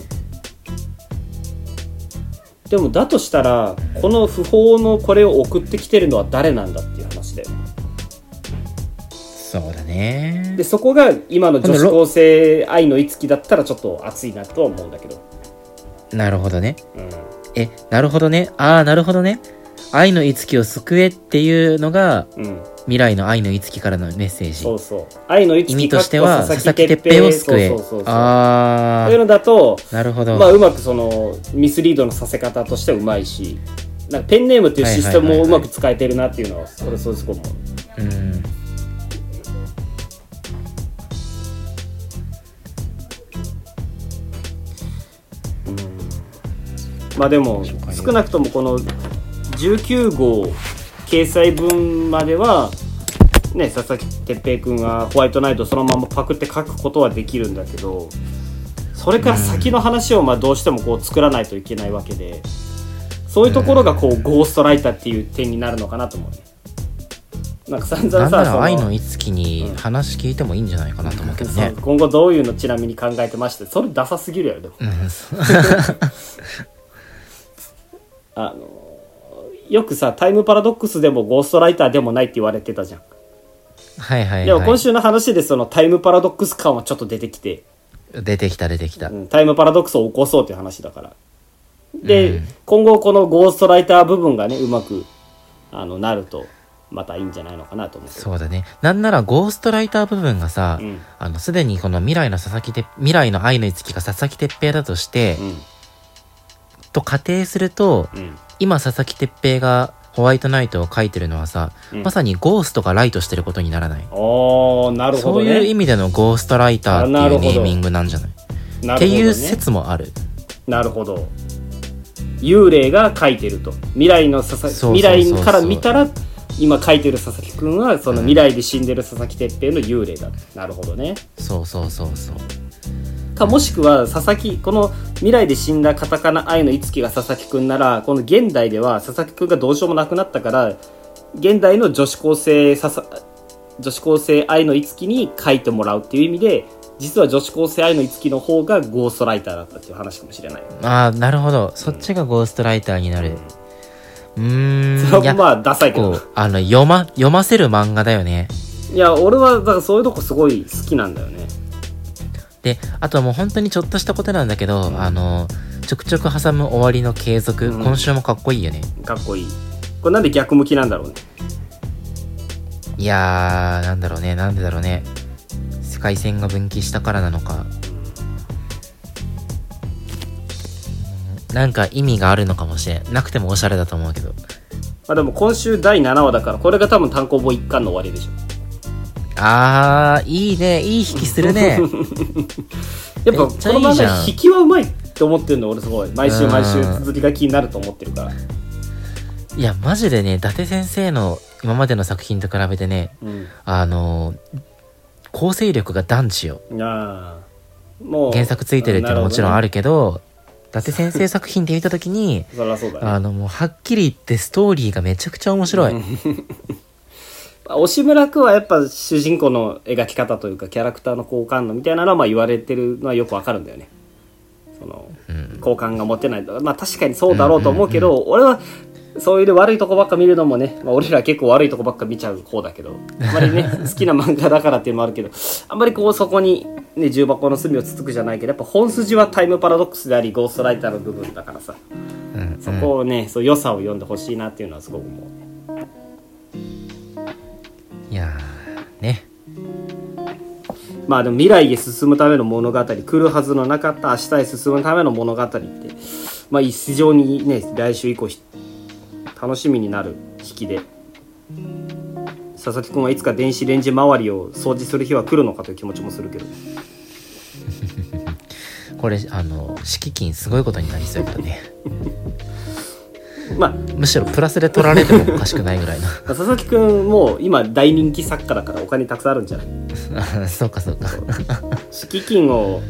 [SPEAKER 2] でもだとしたらこの不法のこれを送ってきてるのは誰なんだっていう話だよね
[SPEAKER 1] そうだね
[SPEAKER 2] でそこが今の女子高生愛のいつきだったらちょっと熱いなとは思うんだけど、
[SPEAKER 1] なるほどね
[SPEAKER 2] うん、
[SPEAKER 1] えなるほどねああなるほどね愛のいつきを救えっていうのが
[SPEAKER 2] うん、
[SPEAKER 1] 未来の愛のいつきからのメッセージ
[SPEAKER 2] そうそう愛のいつき
[SPEAKER 1] 意味としては
[SPEAKER 2] かっこ
[SPEAKER 1] 佐々木哲平を救え
[SPEAKER 2] そうそうそうそう
[SPEAKER 1] あ
[SPEAKER 2] そういう
[SPEAKER 1] ー
[SPEAKER 2] のだと
[SPEAKER 1] なるほど、
[SPEAKER 2] まあうまくそのミスリードのさせ方としてはうまいしなんかペンネームっていうシステムをうまく使えてるなっていうのはそれそうですごい思う
[SPEAKER 1] うん
[SPEAKER 2] まあでも少なくともこの19号掲載分まではね佐々木哲平君がホワイトナイトをそのままパクって書くことはできるんだけどそれから先の話をまあどうしてもこう作らないといけないわけでそういうところがこうゴーストライターっていう点になるのかなと思うね。なんか散
[SPEAKER 1] な
[SPEAKER 2] 々
[SPEAKER 1] んな
[SPEAKER 2] さそ
[SPEAKER 1] ら
[SPEAKER 2] の
[SPEAKER 1] 愛のいつきに話聞いてもいいんじゃないかなと思うけどね
[SPEAKER 2] そう今後どういうのちなみに考えてましてそれダサすぎるやろでも
[SPEAKER 1] うん そう
[SPEAKER 2] あのよくさタイムパラドックスでもゴーストライターでもないって言われてたじゃん、
[SPEAKER 1] はいはい、はい、
[SPEAKER 2] でも今週の話でそのタイムパラドックス感はちょっと出てきて、
[SPEAKER 1] 出てきた出てきた、
[SPEAKER 2] うんタイムパラドックスを起こそうっていう話だからで、
[SPEAKER 1] うん
[SPEAKER 2] 今後このゴーストライター部分がねうまくあのなるとまたいいんじゃないのかなと思って
[SPEAKER 1] そうだねなんならゴーストライター部分がさ、
[SPEAKER 2] うん
[SPEAKER 1] あのすでにこの未来の佐々木て未来の愛のいつきが佐々木哲平だとして、
[SPEAKER 2] う
[SPEAKER 1] と仮定すると
[SPEAKER 2] んうん
[SPEAKER 1] 今佐々木哲平がホワイトナイトを書いてるのはさ、
[SPEAKER 2] うん
[SPEAKER 1] まさにゴーストがライトしてることにならない
[SPEAKER 2] ああなるほ
[SPEAKER 1] そ
[SPEAKER 2] ど
[SPEAKER 1] う
[SPEAKER 2] ね
[SPEAKER 1] いう意味でのゴーストライター
[SPEAKER 2] あな
[SPEAKER 1] っていう
[SPEAKER 2] るほど
[SPEAKER 1] ネーミングなんじゃない
[SPEAKER 2] な
[SPEAKER 1] っ
[SPEAKER 2] る
[SPEAKER 1] て
[SPEAKER 2] ほどね
[SPEAKER 1] いう説もある
[SPEAKER 2] なるほど幽霊が書いてると未来の佐々
[SPEAKER 1] そうそうそうそう
[SPEAKER 2] 未来から見たら今書いてる佐々木くんはその未来で死んでる佐々木哲平の幽霊だなるほどね
[SPEAKER 1] そうそうそうそう
[SPEAKER 2] かもしくは佐々木この未来で死んだカタカナ愛のいつきが佐々木くんならこの現代では佐々木くんがどうしようもなくなったから現代の女子高生ささ女子高生愛のいつきに書いてもらうっていう意味で実は女子高生愛のいつきの方がゴーストライターだったっていう話かもしれないよね
[SPEAKER 1] ああなるほどそっちがゴーストライターになるう
[SPEAKER 2] そ
[SPEAKER 1] ー
[SPEAKER 2] れ
[SPEAKER 1] んい
[SPEAKER 2] は
[SPEAKER 1] や
[SPEAKER 2] まあダサいけど
[SPEAKER 1] こうあの読ま読ませる漫画だよね
[SPEAKER 2] いや俺はだからそういうとこすごい好きなんだよね
[SPEAKER 1] であとはもう本当にちょっとしたことなんだけど、あのちょくちょく挟む終わりの継続、
[SPEAKER 2] うん
[SPEAKER 1] 今週もかっこいいよね
[SPEAKER 2] かっこいいこれなんで逆向きなんだろうね
[SPEAKER 1] いやーなんだろうねなんでだろうね世界線が分岐したからなのかなんか意味があるのかもしれんなくてもおしゃれだと思うけど
[SPEAKER 2] まあでも今週第7話だからこれが多分単行本1巻の終わりでしょ
[SPEAKER 1] あーいいねいい引きするね
[SPEAKER 2] やっぱ
[SPEAKER 1] め
[SPEAKER 2] こ
[SPEAKER 1] っちゃいい
[SPEAKER 2] の漫
[SPEAKER 1] じゃ
[SPEAKER 2] 画
[SPEAKER 1] ん
[SPEAKER 2] 引きはうまいって思ってるの俺すごい毎週毎週
[SPEAKER 1] うん
[SPEAKER 2] 続きが気になると思ってるから
[SPEAKER 1] いやマジでね伊達先生の今までの作品と比べてね
[SPEAKER 2] うん
[SPEAKER 1] あのー構成力が団地よ
[SPEAKER 2] あーもう
[SPEAKER 1] 原作ついてるっていうのはもちろんあ
[SPEAKER 2] る
[SPEAKER 1] るけど伊達先生作品で見た時に
[SPEAKER 2] ほどねそりゃそうだ
[SPEAKER 1] あ
[SPEAKER 2] ね
[SPEAKER 1] のもうはっきり言ってストーリーがめちゃくちゃ面白い、
[SPEAKER 2] うん押村くんはやっぱ主人公の描き方というかキャラクターの好感度みたいなのはまあ言われてるのはよくわかるんだよねその
[SPEAKER 1] うん
[SPEAKER 2] 好感が持てないとまあ確かにそうだろうと思うけど、俺はそういう悪いとこばっか見るのもね、まあ、俺ら結構悪いとこばっか見ちゃう方だけどあんまり ね好きな漫画だからっていうのもあるけどあんまりこうそこに、ね、重箱の隅をつつくじゃないけどやっぱ本筋はタイムパラドックスでありゴーストライターの部分だからさ
[SPEAKER 1] うんうん
[SPEAKER 2] そこをね、そう良さを読んでほしいなっていうのはすごく思うね
[SPEAKER 1] いやーね
[SPEAKER 2] まあでも未来へ進むための物語来るはずのなかった明日へ進むための物語ってまあ非常にね来週以降ひ楽しみになる引きで佐々木君はいつか電子レンジ周りを掃除する日は来るのかという気持ちもするけど
[SPEAKER 1] これあの敷金すごいことになりそうだね
[SPEAKER 2] まあ
[SPEAKER 1] むしろプラスで取られてもおかしくないぐらいな
[SPEAKER 2] 佐々木君もう今大人気作家だからお金たくさんあるんじゃない
[SPEAKER 1] あ そうかそうか
[SPEAKER 2] 敷金を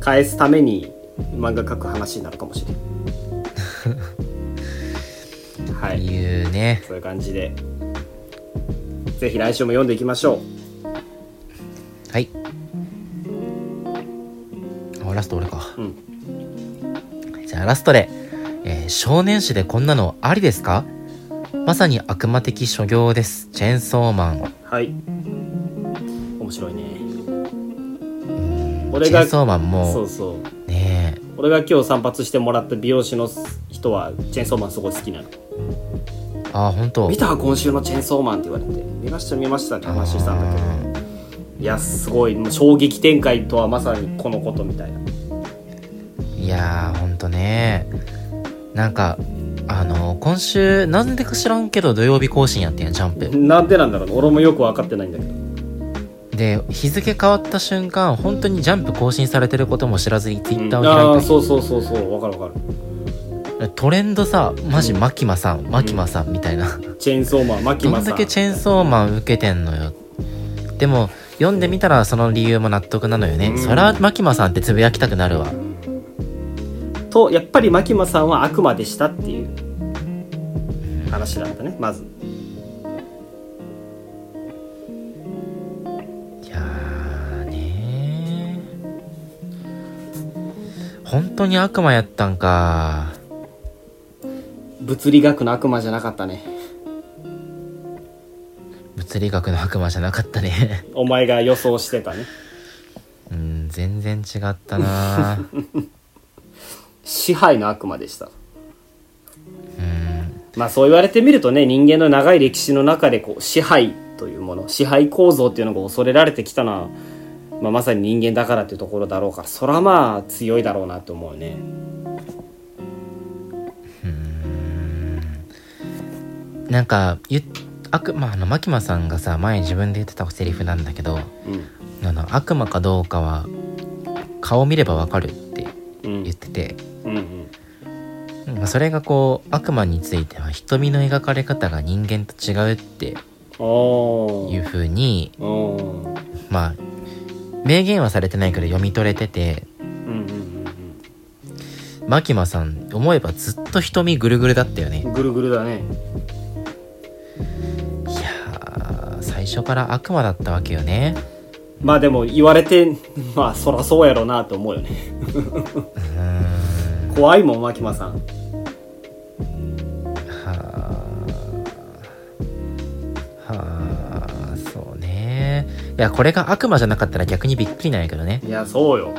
[SPEAKER 2] 返すために漫画描く話になるかもしれないはい
[SPEAKER 1] いうね
[SPEAKER 2] そういう感じでぜひ来週も読んでいきましょ
[SPEAKER 1] はいあラスト俺か
[SPEAKER 2] う、うん、
[SPEAKER 1] じゃあラストで、えー少年誌でこんなのありですかまさに悪魔的所業です。チェーンソーマン。
[SPEAKER 2] はい面白いね
[SPEAKER 1] チ
[SPEAKER 2] 俺
[SPEAKER 1] ェー
[SPEAKER 2] が
[SPEAKER 1] ンソーマン
[SPEAKER 2] そ
[SPEAKER 1] も
[SPEAKER 2] うそう
[SPEAKER 1] ねえ
[SPEAKER 2] 俺が今日散髪してもらった美容師の人はチェーンソーマンすごい好きなの
[SPEAKER 1] あ本当
[SPEAKER 2] 見た今週のチェーンソーマンって言われて見ました見ましたって話したんだけど
[SPEAKER 1] だ
[SPEAKER 2] いやすごいもう衝撃展開とはまさにこのことみたいない
[SPEAKER 1] やーほんとねなんかあの今週なんでか知らんけど土曜日更新やってんやジャンプ
[SPEAKER 2] なんでなんだろうね俺もよく分かってないんだけど
[SPEAKER 1] で日付変わった瞬間本当にジャンプ更新されてることも知らずにツイッターを
[SPEAKER 2] うんあ
[SPEAKER 1] 開
[SPEAKER 2] ー
[SPEAKER 1] いた
[SPEAKER 2] そうそうそうそうわかるわかる
[SPEAKER 1] りトレンドさマジマキマさんマキマさんみたいな
[SPEAKER 2] チェーンソーマンマキ
[SPEAKER 1] ど
[SPEAKER 2] マ
[SPEAKER 1] ん
[SPEAKER 2] さ
[SPEAKER 1] だ
[SPEAKER 2] ん
[SPEAKER 1] けチェーンソーマン受けてんのよでも読んでみたらその理由も納得なのよね、
[SPEAKER 2] うん
[SPEAKER 1] そりゃマキマさんってつぶやきたくなるわ
[SPEAKER 2] とやっぱりマキマさんは悪魔でしたっていう話だったねまず
[SPEAKER 1] いやーねー本当に悪魔やったんか
[SPEAKER 2] 物理学の悪魔じゃなかったね
[SPEAKER 1] 物理学の悪魔じゃなかったね
[SPEAKER 2] お前が予想してたね
[SPEAKER 1] うん全然違ったな
[SPEAKER 2] 支配の悪魔でした
[SPEAKER 1] うん
[SPEAKER 2] まあそう言われてみるとね人間の長い歴史の中でこう支配というもの支配構造っていうのが恐れられてきたのは、まあ、まさに人間だからっていうところだろうからそれはまあ強いだろうなと思うね
[SPEAKER 1] なんかゆ悪魔あのマキマさんがさ前自分で言ってたセリフなんだけど
[SPEAKER 2] う
[SPEAKER 1] あの悪魔かどうかは顔見ればわかるって
[SPEAKER 2] んうん
[SPEAKER 1] 言ってて、
[SPEAKER 2] うんうん
[SPEAKER 1] まあ、それがこう悪魔については瞳の描かれ方が人間と違うって
[SPEAKER 2] お
[SPEAKER 1] いう
[SPEAKER 2] ー
[SPEAKER 1] 風に
[SPEAKER 2] おー
[SPEAKER 1] まあ明言はされてないけど読み取れてて
[SPEAKER 2] うんうんうん
[SPEAKER 1] マキマさん思えばずっと瞳ぐるぐるだったよね
[SPEAKER 2] うんぐるぐるだね
[SPEAKER 1] いやー最初から悪魔だったわけよね
[SPEAKER 2] まあでも言われて まあそらそうやろなと思うよね
[SPEAKER 1] うーん
[SPEAKER 2] 怖いもんマキマさん
[SPEAKER 1] はあはあそうねいやこれが悪魔じゃなかったら逆にびっくりなんやけどね
[SPEAKER 2] いやそうよ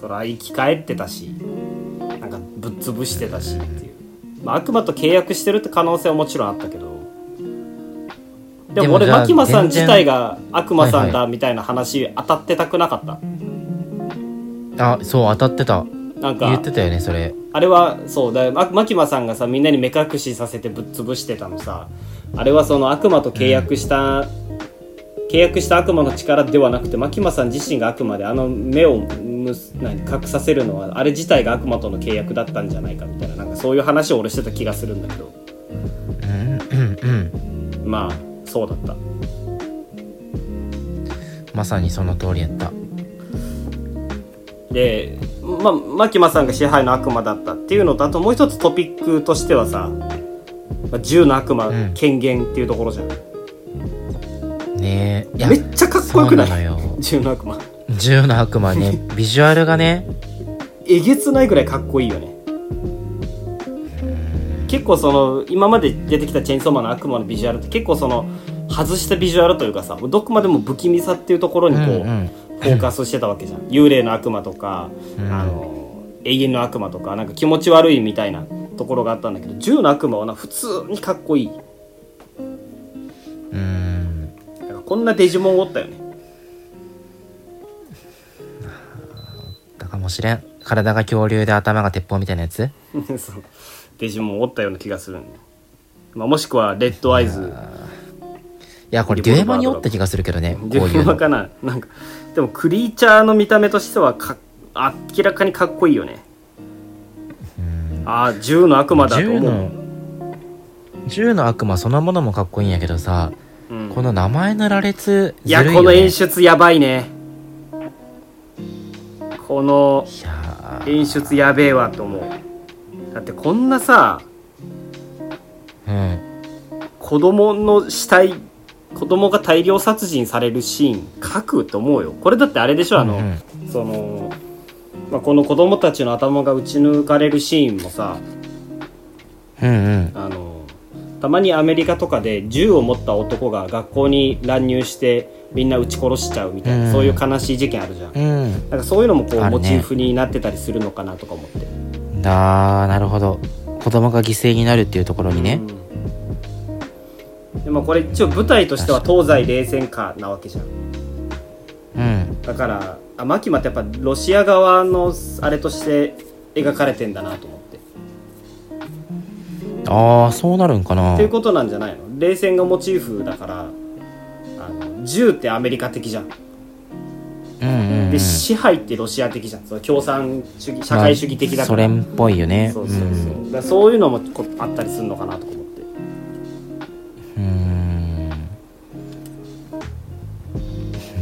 [SPEAKER 2] そら生き返ってたしなんかぶっ潰してたしっていう、まあ、悪魔と契約してるって可能性はもちろんあったけど
[SPEAKER 1] で
[SPEAKER 2] でも
[SPEAKER 1] も
[SPEAKER 2] 俺
[SPEAKER 1] じゃあ
[SPEAKER 2] マキマさん
[SPEAKER 1] 全然
[SPEAKER 2] 自体が悪魔さん
[SPEAKER 1] は
[SPEAKER 2] だみたいな話当たってたくなかった、
[SPEAKER 1] あそう当たってた
[SPEAKER 2] なん
[SPEAKER 1] 言
[SPEAKER 2] か
[SPEAKER 1] ってたよねそれ
[SPEAKER 2] あれはそうだまマキマさんがさみんなに目隠しさせてぶっ潰してたのさあれはその悪魔と契約した、契約した悪魔の力ではなくてマキマさん自身が悪魔であの目をむす何隠させるのはあれ自体が悪魔との契約だったんじゃないかみたいななんかそういう話を俺してた気がするんだけど
[SPEAKER 1] うんうんうん
[SPEAKER 2] まあそうだった
[SPEAKER 1] まさにその通りやった
[SPEAKER 2] で、まあ、マキマさんが支配の悪魔だったっていうのとあともう一つトピックとしてはさまあ、銃の悪魔、
[SPEAKER 1] うん
[SPEAKER 2] 権限っていうところじゃん
[SPEAKER 1] ねえいや
[SPEAKER 2] めっちゃかっこよくな
[SPEAKER 1] そうないのよ
[SPEAKER 2] 銃の悪魔
[SPEAKER 1] 銃の悪魔 ねビジュアルがね
[SPEAKER 2] えげつないぐらいかっこいいよね結構その今まで出てきたチェーンソーマンの悪魔のビジュアルって結構その外したビジュアルというかさどこまでも不気味さっていうところにこう、
[SPEAKER 1] うんうん
[SPEAKER 2] フォーカスしてたわ けじゃん幽霊の悪魔とか、
[SPEAKER 1] うん
[SPEAKER 2] あの永遠の悪魔とかなんか気持ち悪いみたいなところがあったんだけど銃の悪魔はな普通にかっこいい
[SPEAKER 1] うん
[SPEAKER 2] だからこんなデジモンおったよね
[SPEAKER 1] だかもしれん体が恐竜で頭が鉄砲みたいなやつ
[SPEAKER 2] そうデジモンおったような気がするんだよまあ、もしくはレッドアイズ
[SPEAKER 1] いやこれデュエマにおった気がするけどねこう
[SPEAKER 2] デジ
[SPEAKER 1] いう
[SPEAKER 2] モン
[SPEAKER 1] の
[SPEAKER 2] かななんかでもクリーチャーの見た目としてはか明らかにかっこいいよねああ銃の悪魔だと
[SPEAKER 1] 銃
[SPEAKER 2] 思
[SPEAKER 1] の
[SPEAKER 2] う、
[SPEAKER 1] 銃の悪魔そのものもかっこいいんやけどさ
[SPEAKER 2] うん、
[SPEAKER 1] この名前の羅列
[SPEAKER 2] い
[SPEAKER 1] ずる
[SPEAKER 2] や
[SPEAKER 1] いよ、ね、
[SPEAKER 2] この演出やばいねこの
[SPEAKER 1] いやー
[SPEAKER 2] 演出やべえわと思うだってこんなさ
[SPEAKER 1] うん
[SPEAKER 2] 子供の死体子供が大量殺人されるシーン書くと思うよこれだってあれでしょあの、
[SPEAKER 1] うん
[SPEAKER 2] その、まあ、この子供たちの頭が打ち抜かれるシーンもさ
[SPEAKER 1] うんうん
[SPEAKER 2] あのたまにアメリカとかで銃を持った男が学校に乱入してみんな撃ち殺しちゃうみたいな、
[SPEAKER 1] うん
[SPEAKER 2] そういう悲しい事件あるじゃん
[SPEAKER 1] うん
[SPEAKER 2] なんかそういうのもこう、
[SPEAKER 1] あるね
[SPEAKER 2] モチーフになってたりするのかなとか思って。
[SPEAKER 1] あーなるほど子供が犠牲になるっていうところにね、
[SPEAKER 2] うんでもこれ一応舞台としては東西冷戦下なわけじゃん。
[SPEAKER 1] うん、
[SPEAKER 2] だから、あ、マキマってやっぱロシア側のあれとして描かれてんだなと思って。
[SPEAKER 1] ああそうなるんかな
[SPEAKER 2] っていうことなんじゃないの冷戦がモチーフだから、あの銃ってアメリカ的じゃん。
[SPEAKER 1] うんうんうん
[SPEAKER 2] で、支配ってロシア的じゃん。その共産主義、社会主義的
[SPEAKER 1] ま
[SPEAKER 2] だ
[SPEAKER 1] あソ
[SPEAKER 2] から。
[SPEAKER 1] 連っぽいよね
[SPEAKER 2] そうそうそう。だからそういうのもこうあったりするのかなとか思っ
[SPEAKER 1] う
[SPEAKER 2] て。
[SPEAKER 1] んうん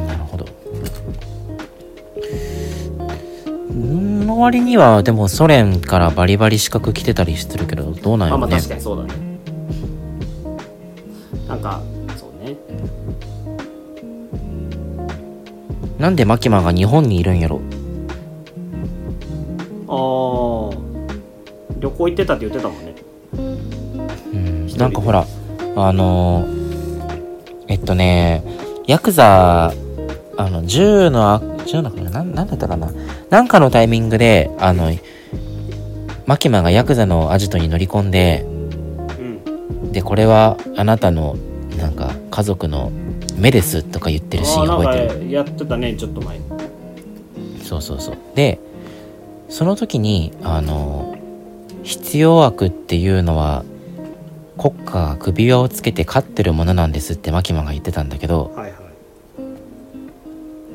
[SPEAKER 1] なるほどうんの割にはでもソ連からバリバリ資格来てたりしてるけどどうなん
[SPEAKER 2] ま
[SPEAKER 1] やろ
[SPEAKER 2] あま
[SPEAKER 1] う
[SPEAKER 2] あ
[SPEAKER 1] ね
[SPEAKER 2] 確かにそうだね。なんか、そうね。
[SPEAKER 1] なんでマキマが日本にいるんやろ
[SPEAKER 2] ああ旅行行ってたって言ってたもんね
[SPEAKER 1] うん
[SPEAKER 2] 人で
[SPEAKER 1] なんかほらあのーえっとねヤクザあの銃のあ銃のなんなんだったかななんかのタイミングであのマキマがヤクザのアジトに乗り込んで
[SPEAKER 2] うん
[SPEAKER 1] でこれはあなたのなんか家族の目ですとか言ってるシーン覚えてる
[SPEAKER 2] てるやってたねちょっと前に
[SPEAKER 1] そうそうそうでその時にあの必要悪っていうのは国家が首輪をつけて飼ってるものなんですってマキマが言ってたんだけど
[SPEAKER 2] はいはい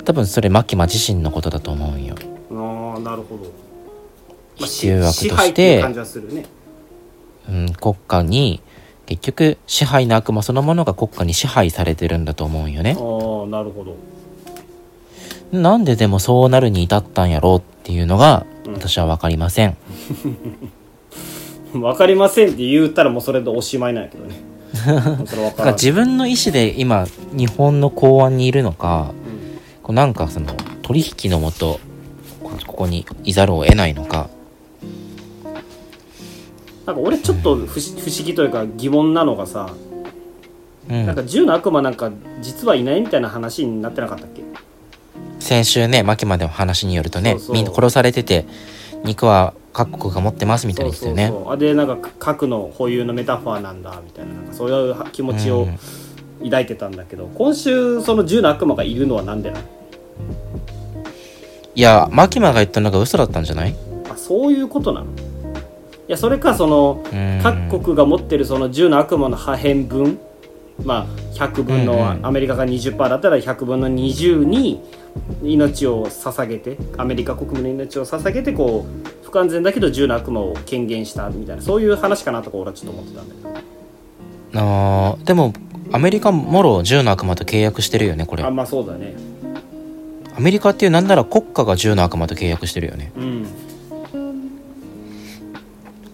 [SPEAKER 1] 多分それマキマ自身のことだと思うんよ
[SPEAKER 2] ああなるほど、まあ、
[SPEAKER 1] 必要悪
[SPEAKER 2] 支
[SPEAKER 1] と
[SPEAKER 2] 配っ
[SPEAKER 1] して
[SPEAKER 2] い
[SPEAKER 1] て
[SPEAKER 2] う感じはするね
[SPEAKER 1] うん、国家に結局支配の悪魔そのものが国家に支配されてるんだと思うんよ
[SPEAKER 2] あ
[SPEAKER 1] ね
[SPEAKER 2] あなるほど
[SPEAKER 1] なんででもそうなるに至ったんやろうっていうのが
[SPEAKER 2] うん
[SPEAKER 1] 私は分かりません
[SPEAKER 2] 分かりませんって言ったらもうそれでおしまいなんや けどねもうそれ分
[SPEAKER 1] だ
[SPEAKER 2] か
[SPEAKER 1] からら
[SPEAKER 2] ん
[SPEAKER 1] 自分の意思で今日本の公安にいるのか
[SPEAKER 2] うん
[SPEAKER 1] こうなんかその取引のもとこここにいざるを得ないのか
[SPEAKER 2] なんか俺ちょっと不思不思議というか疑問なのがさ、
[SPEAKER 1] うん
[SPEAKER 2] なんか銃の悪魔なんか実はいないみたいな話になってなかったっけ
[SPEAKER 1] 先週ねマキマでの話によるとね
[SPEAKER 2] そうそう
[SPEAKER 1] みんな殺されてて肉は各国が持ってますみたいな言ってたよね
[SPEAKER 2] そうそうそうあでなんか核の保有のメタファーなんだみたいななんかそういう気持ちを抱いてたんだけど、今週その銃の悪魔がいるのはなんでなの
[SPEAKER 1] いやマキマが言ったのが嘘だったんじゃない
[SPEAKER 2] あそういうことなのいやそれかその
[SPEAKER 1] うん
[SPEAKER 2] 各国が持ってるその銃の悪魔の破片分まあ100分
[SPEAKER 1] うん
[SPEAKER 2] の
[SPEAKER 1] うん
[SPEAKER 2] アメリカが20%だったら100分の20に命を捧げてアメリカ国民の命を捧げてこう不完全だけど銃の悪魔を権限したみたいなそういう話かなとか俺はちょっと思ってたんだけど。
[SPEAKER 1] あーでもアメリカもろ銃の悪魔と契約してるよねこれ
[SPEAKER 2] あ
[SPEAKER 1] ア
[SPEAKER 2] まあそうだね
[SPEAKER 1] メリカっていうなんなら国家が銃の悪魔と契約してるよね
[SPEAKER 2] うん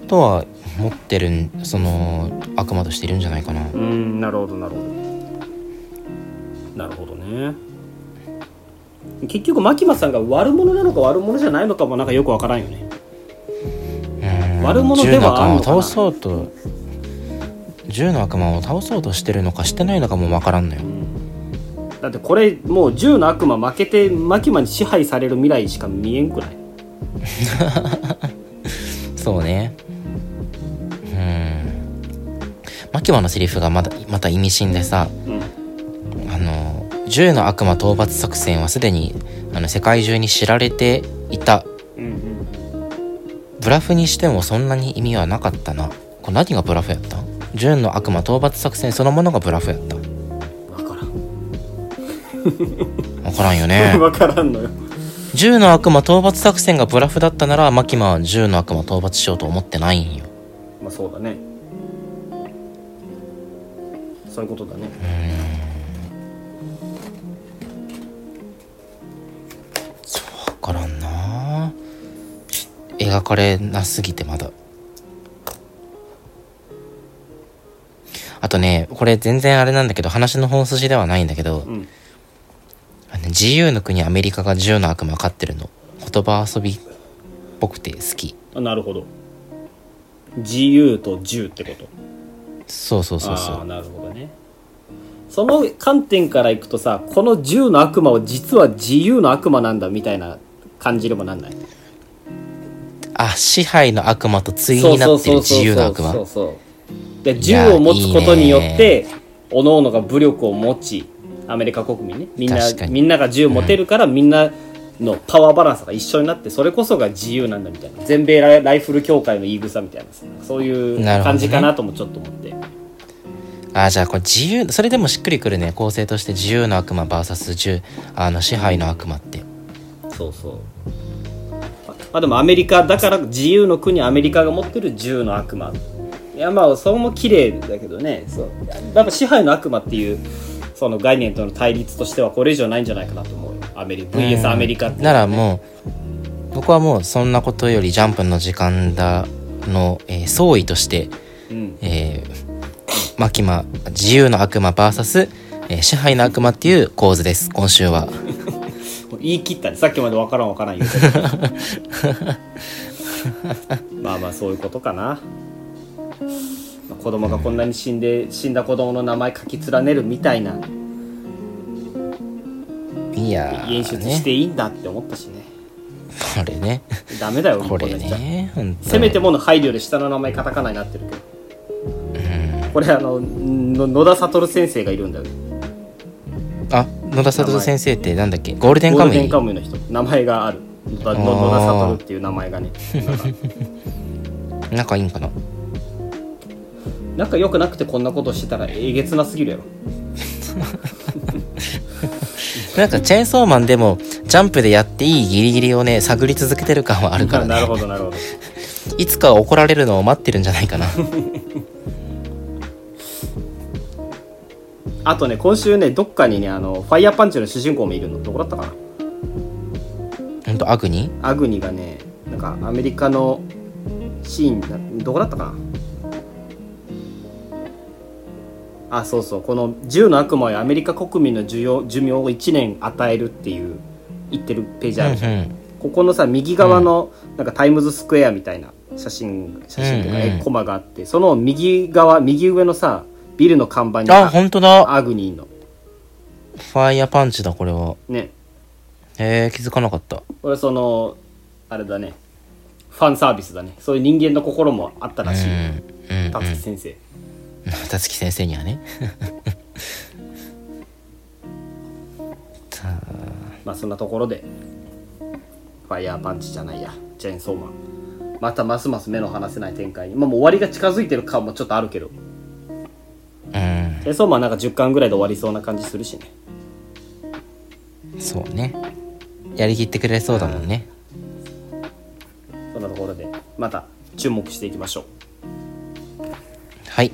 [SPEAKER 1] あとは持ってるんその悪魔としているんじゃないかな
[SPEAKER 2] うんなるほどなるほどなるほどね結局牧間さんが悪者なのか悪者じゃないのかもなんかよくわからんよね
[SPEAKER 1] うん
[SPEAKER 2] 悪者ではあるのか
[SPEAKER 1] 銃の悪魔
[SPEAKER 2] な
[SPEAKER 1] を倒そうと銃の悪魔を倒そうとしてるのかしてないのかもわからんのよ
[SPEAKER 2] だってこれもう銃の悪魔負けて牧間に支配される未来しか見えんくない
[SPEAKER 1] そうねうん牧場のセリフがまだまた意味深でさ
[SPEAKER 2] うん
[SPEAKER 1] あの銃の悪魔討伐作戦はすでにあの世界中に知られていた
[SPEAKER 2] うん
[SPEAKER 1] ブラフにしてもそんなに意味はなかったなこれ何がブラフやった銃の悪魔討伐作戦そのものがブラフやった
[SPEAKER 2] うん分からん
[SPEAKER 1] 分からんよ ね
[SPEAKER 2] 分からんのよ
[SPEAKER 1] 銃の悪魔討伐作戦がブラフだったならマキマは銃の悪魔討伐しようと思ってないんよ
[SPEAKER 2] まあそうだねそういうことだね
[SPEAKER 1] 分からんな描かれなすぎてまだあとねこれ全然あれなんだけど話の本筋ではないんだけど
[SPEAKER 2] うん
[SPEAKER 1] あの自由の国アメリカが銃の悪魔飼ってるの言葉遊びっぽくて好き
[SPEAKER 2] あなるほど自由と銃ってこと
[SPEAKER 1] そうそうそうそ
[SPEAKER 2] あー
[SPEAKER 1] う
[SPEAKER 2] なるほどねその観点からいくとさこの銃の悪魔を実は自由の悪魔なんだみたいな感じでもなんない
[SPEAKER 1] あ支配の悪魔と対になってる自由の悪
[SPEAKER 2] そ
[SPEAKER 1] 魔
[SPEAKER 2] うそうで銃を持つことによって各々が武力を持ちアメリカ国民ねみんな
[SPEAKER 1] 確かに
[SPEAKER 2] みんなが銃持てるから、みんなのパワーバランスが一緒になってそれこそが自由なんだみたいな全米ライライフル協会の言い草みたいなさそういう
[SPEAKER 1] なるほどね
[SPEAKER 2] 感じかなともちょっと思って、
[SPEAKER 1] あじゃあこれ自由それでもしっくりくるね構成として自由の悪魔 VS 銃あの支配の悪魔って
[SPEAKER 2] そうそうまあでもアメリカだから自由の国アメリカが持ってる銃の悪魔いやまあそれも綺麗だけどねそうやっぱ支配の悪魔っていうその概念との対立としてはこれ以上ないんじゃないかなと思うよアメリカ VS アメリカって
[SPEAKER 1] ならもう僕はもうそんなことよりジャンプの時間だの、えー総意として、
[SPEAKER 2] うん
[SPEAKER 1] えー、マキマ自由の悪魔 VS、えー支配の悪魔っていう構図です今週は
[SPEAKER 2] 言い切ったねさっきまでわからんわからん言うてたまあまあそういうことかなまあ子供がこんなに死んで死んだ子供の名前書き連ねるみたいない
[SPEAKER 1] やー
[SPEAKER 2] 演出して
[SPEAKER 1] ね
[SPEAKER 2] いいんだって思ったしね
[SPEAKER 1] これね
[SPEAKER 2] ダメだよ
[SPEAKER 1] これ
[SPEAKER 2] んな人
[SPEAKER 1] ねほんと
[SPEAKER 2] せめてもの配慮で下の名前カタカナになってるけどこれあのの野田悟先生がいるんだよ
[SPEAKER 1] あ野田聡先生ってなんだっけゴールデン
[SPEAKER 2] ゴー
[SPEAKER 1] カ
[SPEAKER 2] ル
[SPEAKER 1] ム
[SPEAKER 2] デン
[SPEAKER 1] イ
[SPEAKER 2] カムイの人名前がある野田の野田悟っていう名前がねなんか
[SPEAKER 1] 仲いいんかな
[SPEAKER 2] なんか良くなくてこんなことしてたらえげつなすぎるやろ
[SPEAKER 1] なんかチェーンソーマンでもジャンプでやっていいギリギリをね探り続けてる感はあるから
[SPEAKER 2] なる
[SPEAKER 1] ね
[SPEAKER 2] ほどなるほど
[SPEAKER 1] いつか怒られるのを待ってるんじゃない かな
[SPEAKER 2] あとね今週ねどっかにねあのファイヤーパンチの主人公もいるのどこだったか
[SPEAKER 1] ほんとアグニ
[SPEAKER 2] なアグニがねなんかアメリカのシーンだどこだったかなあそうそうこの銃の悪魔へアメリカ国民の寿命寿命を1年与えるっていう言ってるページ
[SPEAKER 1] うん
[SPEAKER 2] あ
[SPEAKER 1] う
[SPEAKER 2] るじゃん、
[SPEAKER 1] ん
[SPEAKER 2] ここのさ右側のなんかタイムズスクエアみたいな写真写真とかね、
[SPEAKER 1] うんうん
[SPEAKER 2] コマがあってその右側右上のさビルの看板に
[SPEAKER 1] あほんとだ
[SPEAKER 2] アグニーの
[SPEAKER 1] ファイヤーパンチだこれは
[SPEAKER 2] ね
[SPEAKER 1] へえ気づかなかった
[SPEAKER 2] これそのあれだねファンサービスだねそういう人間の心もあった
[SPEAKER 1] う
[SPEAKER 2] ら
[SPEAKER 1] ん
[SPEAKER 2] しい
[SPEAKER 1] うんうん
[SPEAKER 2] 達樹先生
[SPEAKER 1] たつき先生にはねさ
[SPEAKER 2] まあそんなところでファイヤーパンチじゃないやチェーンソーマンまたますます目の離せない展開に、まあ、もう終わりが近づいてる感もちょっとあるけどチ
[SPEAKER 1] あ
[SPEAKER 2] ェーンソーマンなんか10巻ぐらいで終わりそうな感じするしね
[SPEAKER 1] うんそうねやりきってくれそうだもんね
[SPEAKER 2] そんなところでまた注目していきましょ
[SPEAKER 1] はい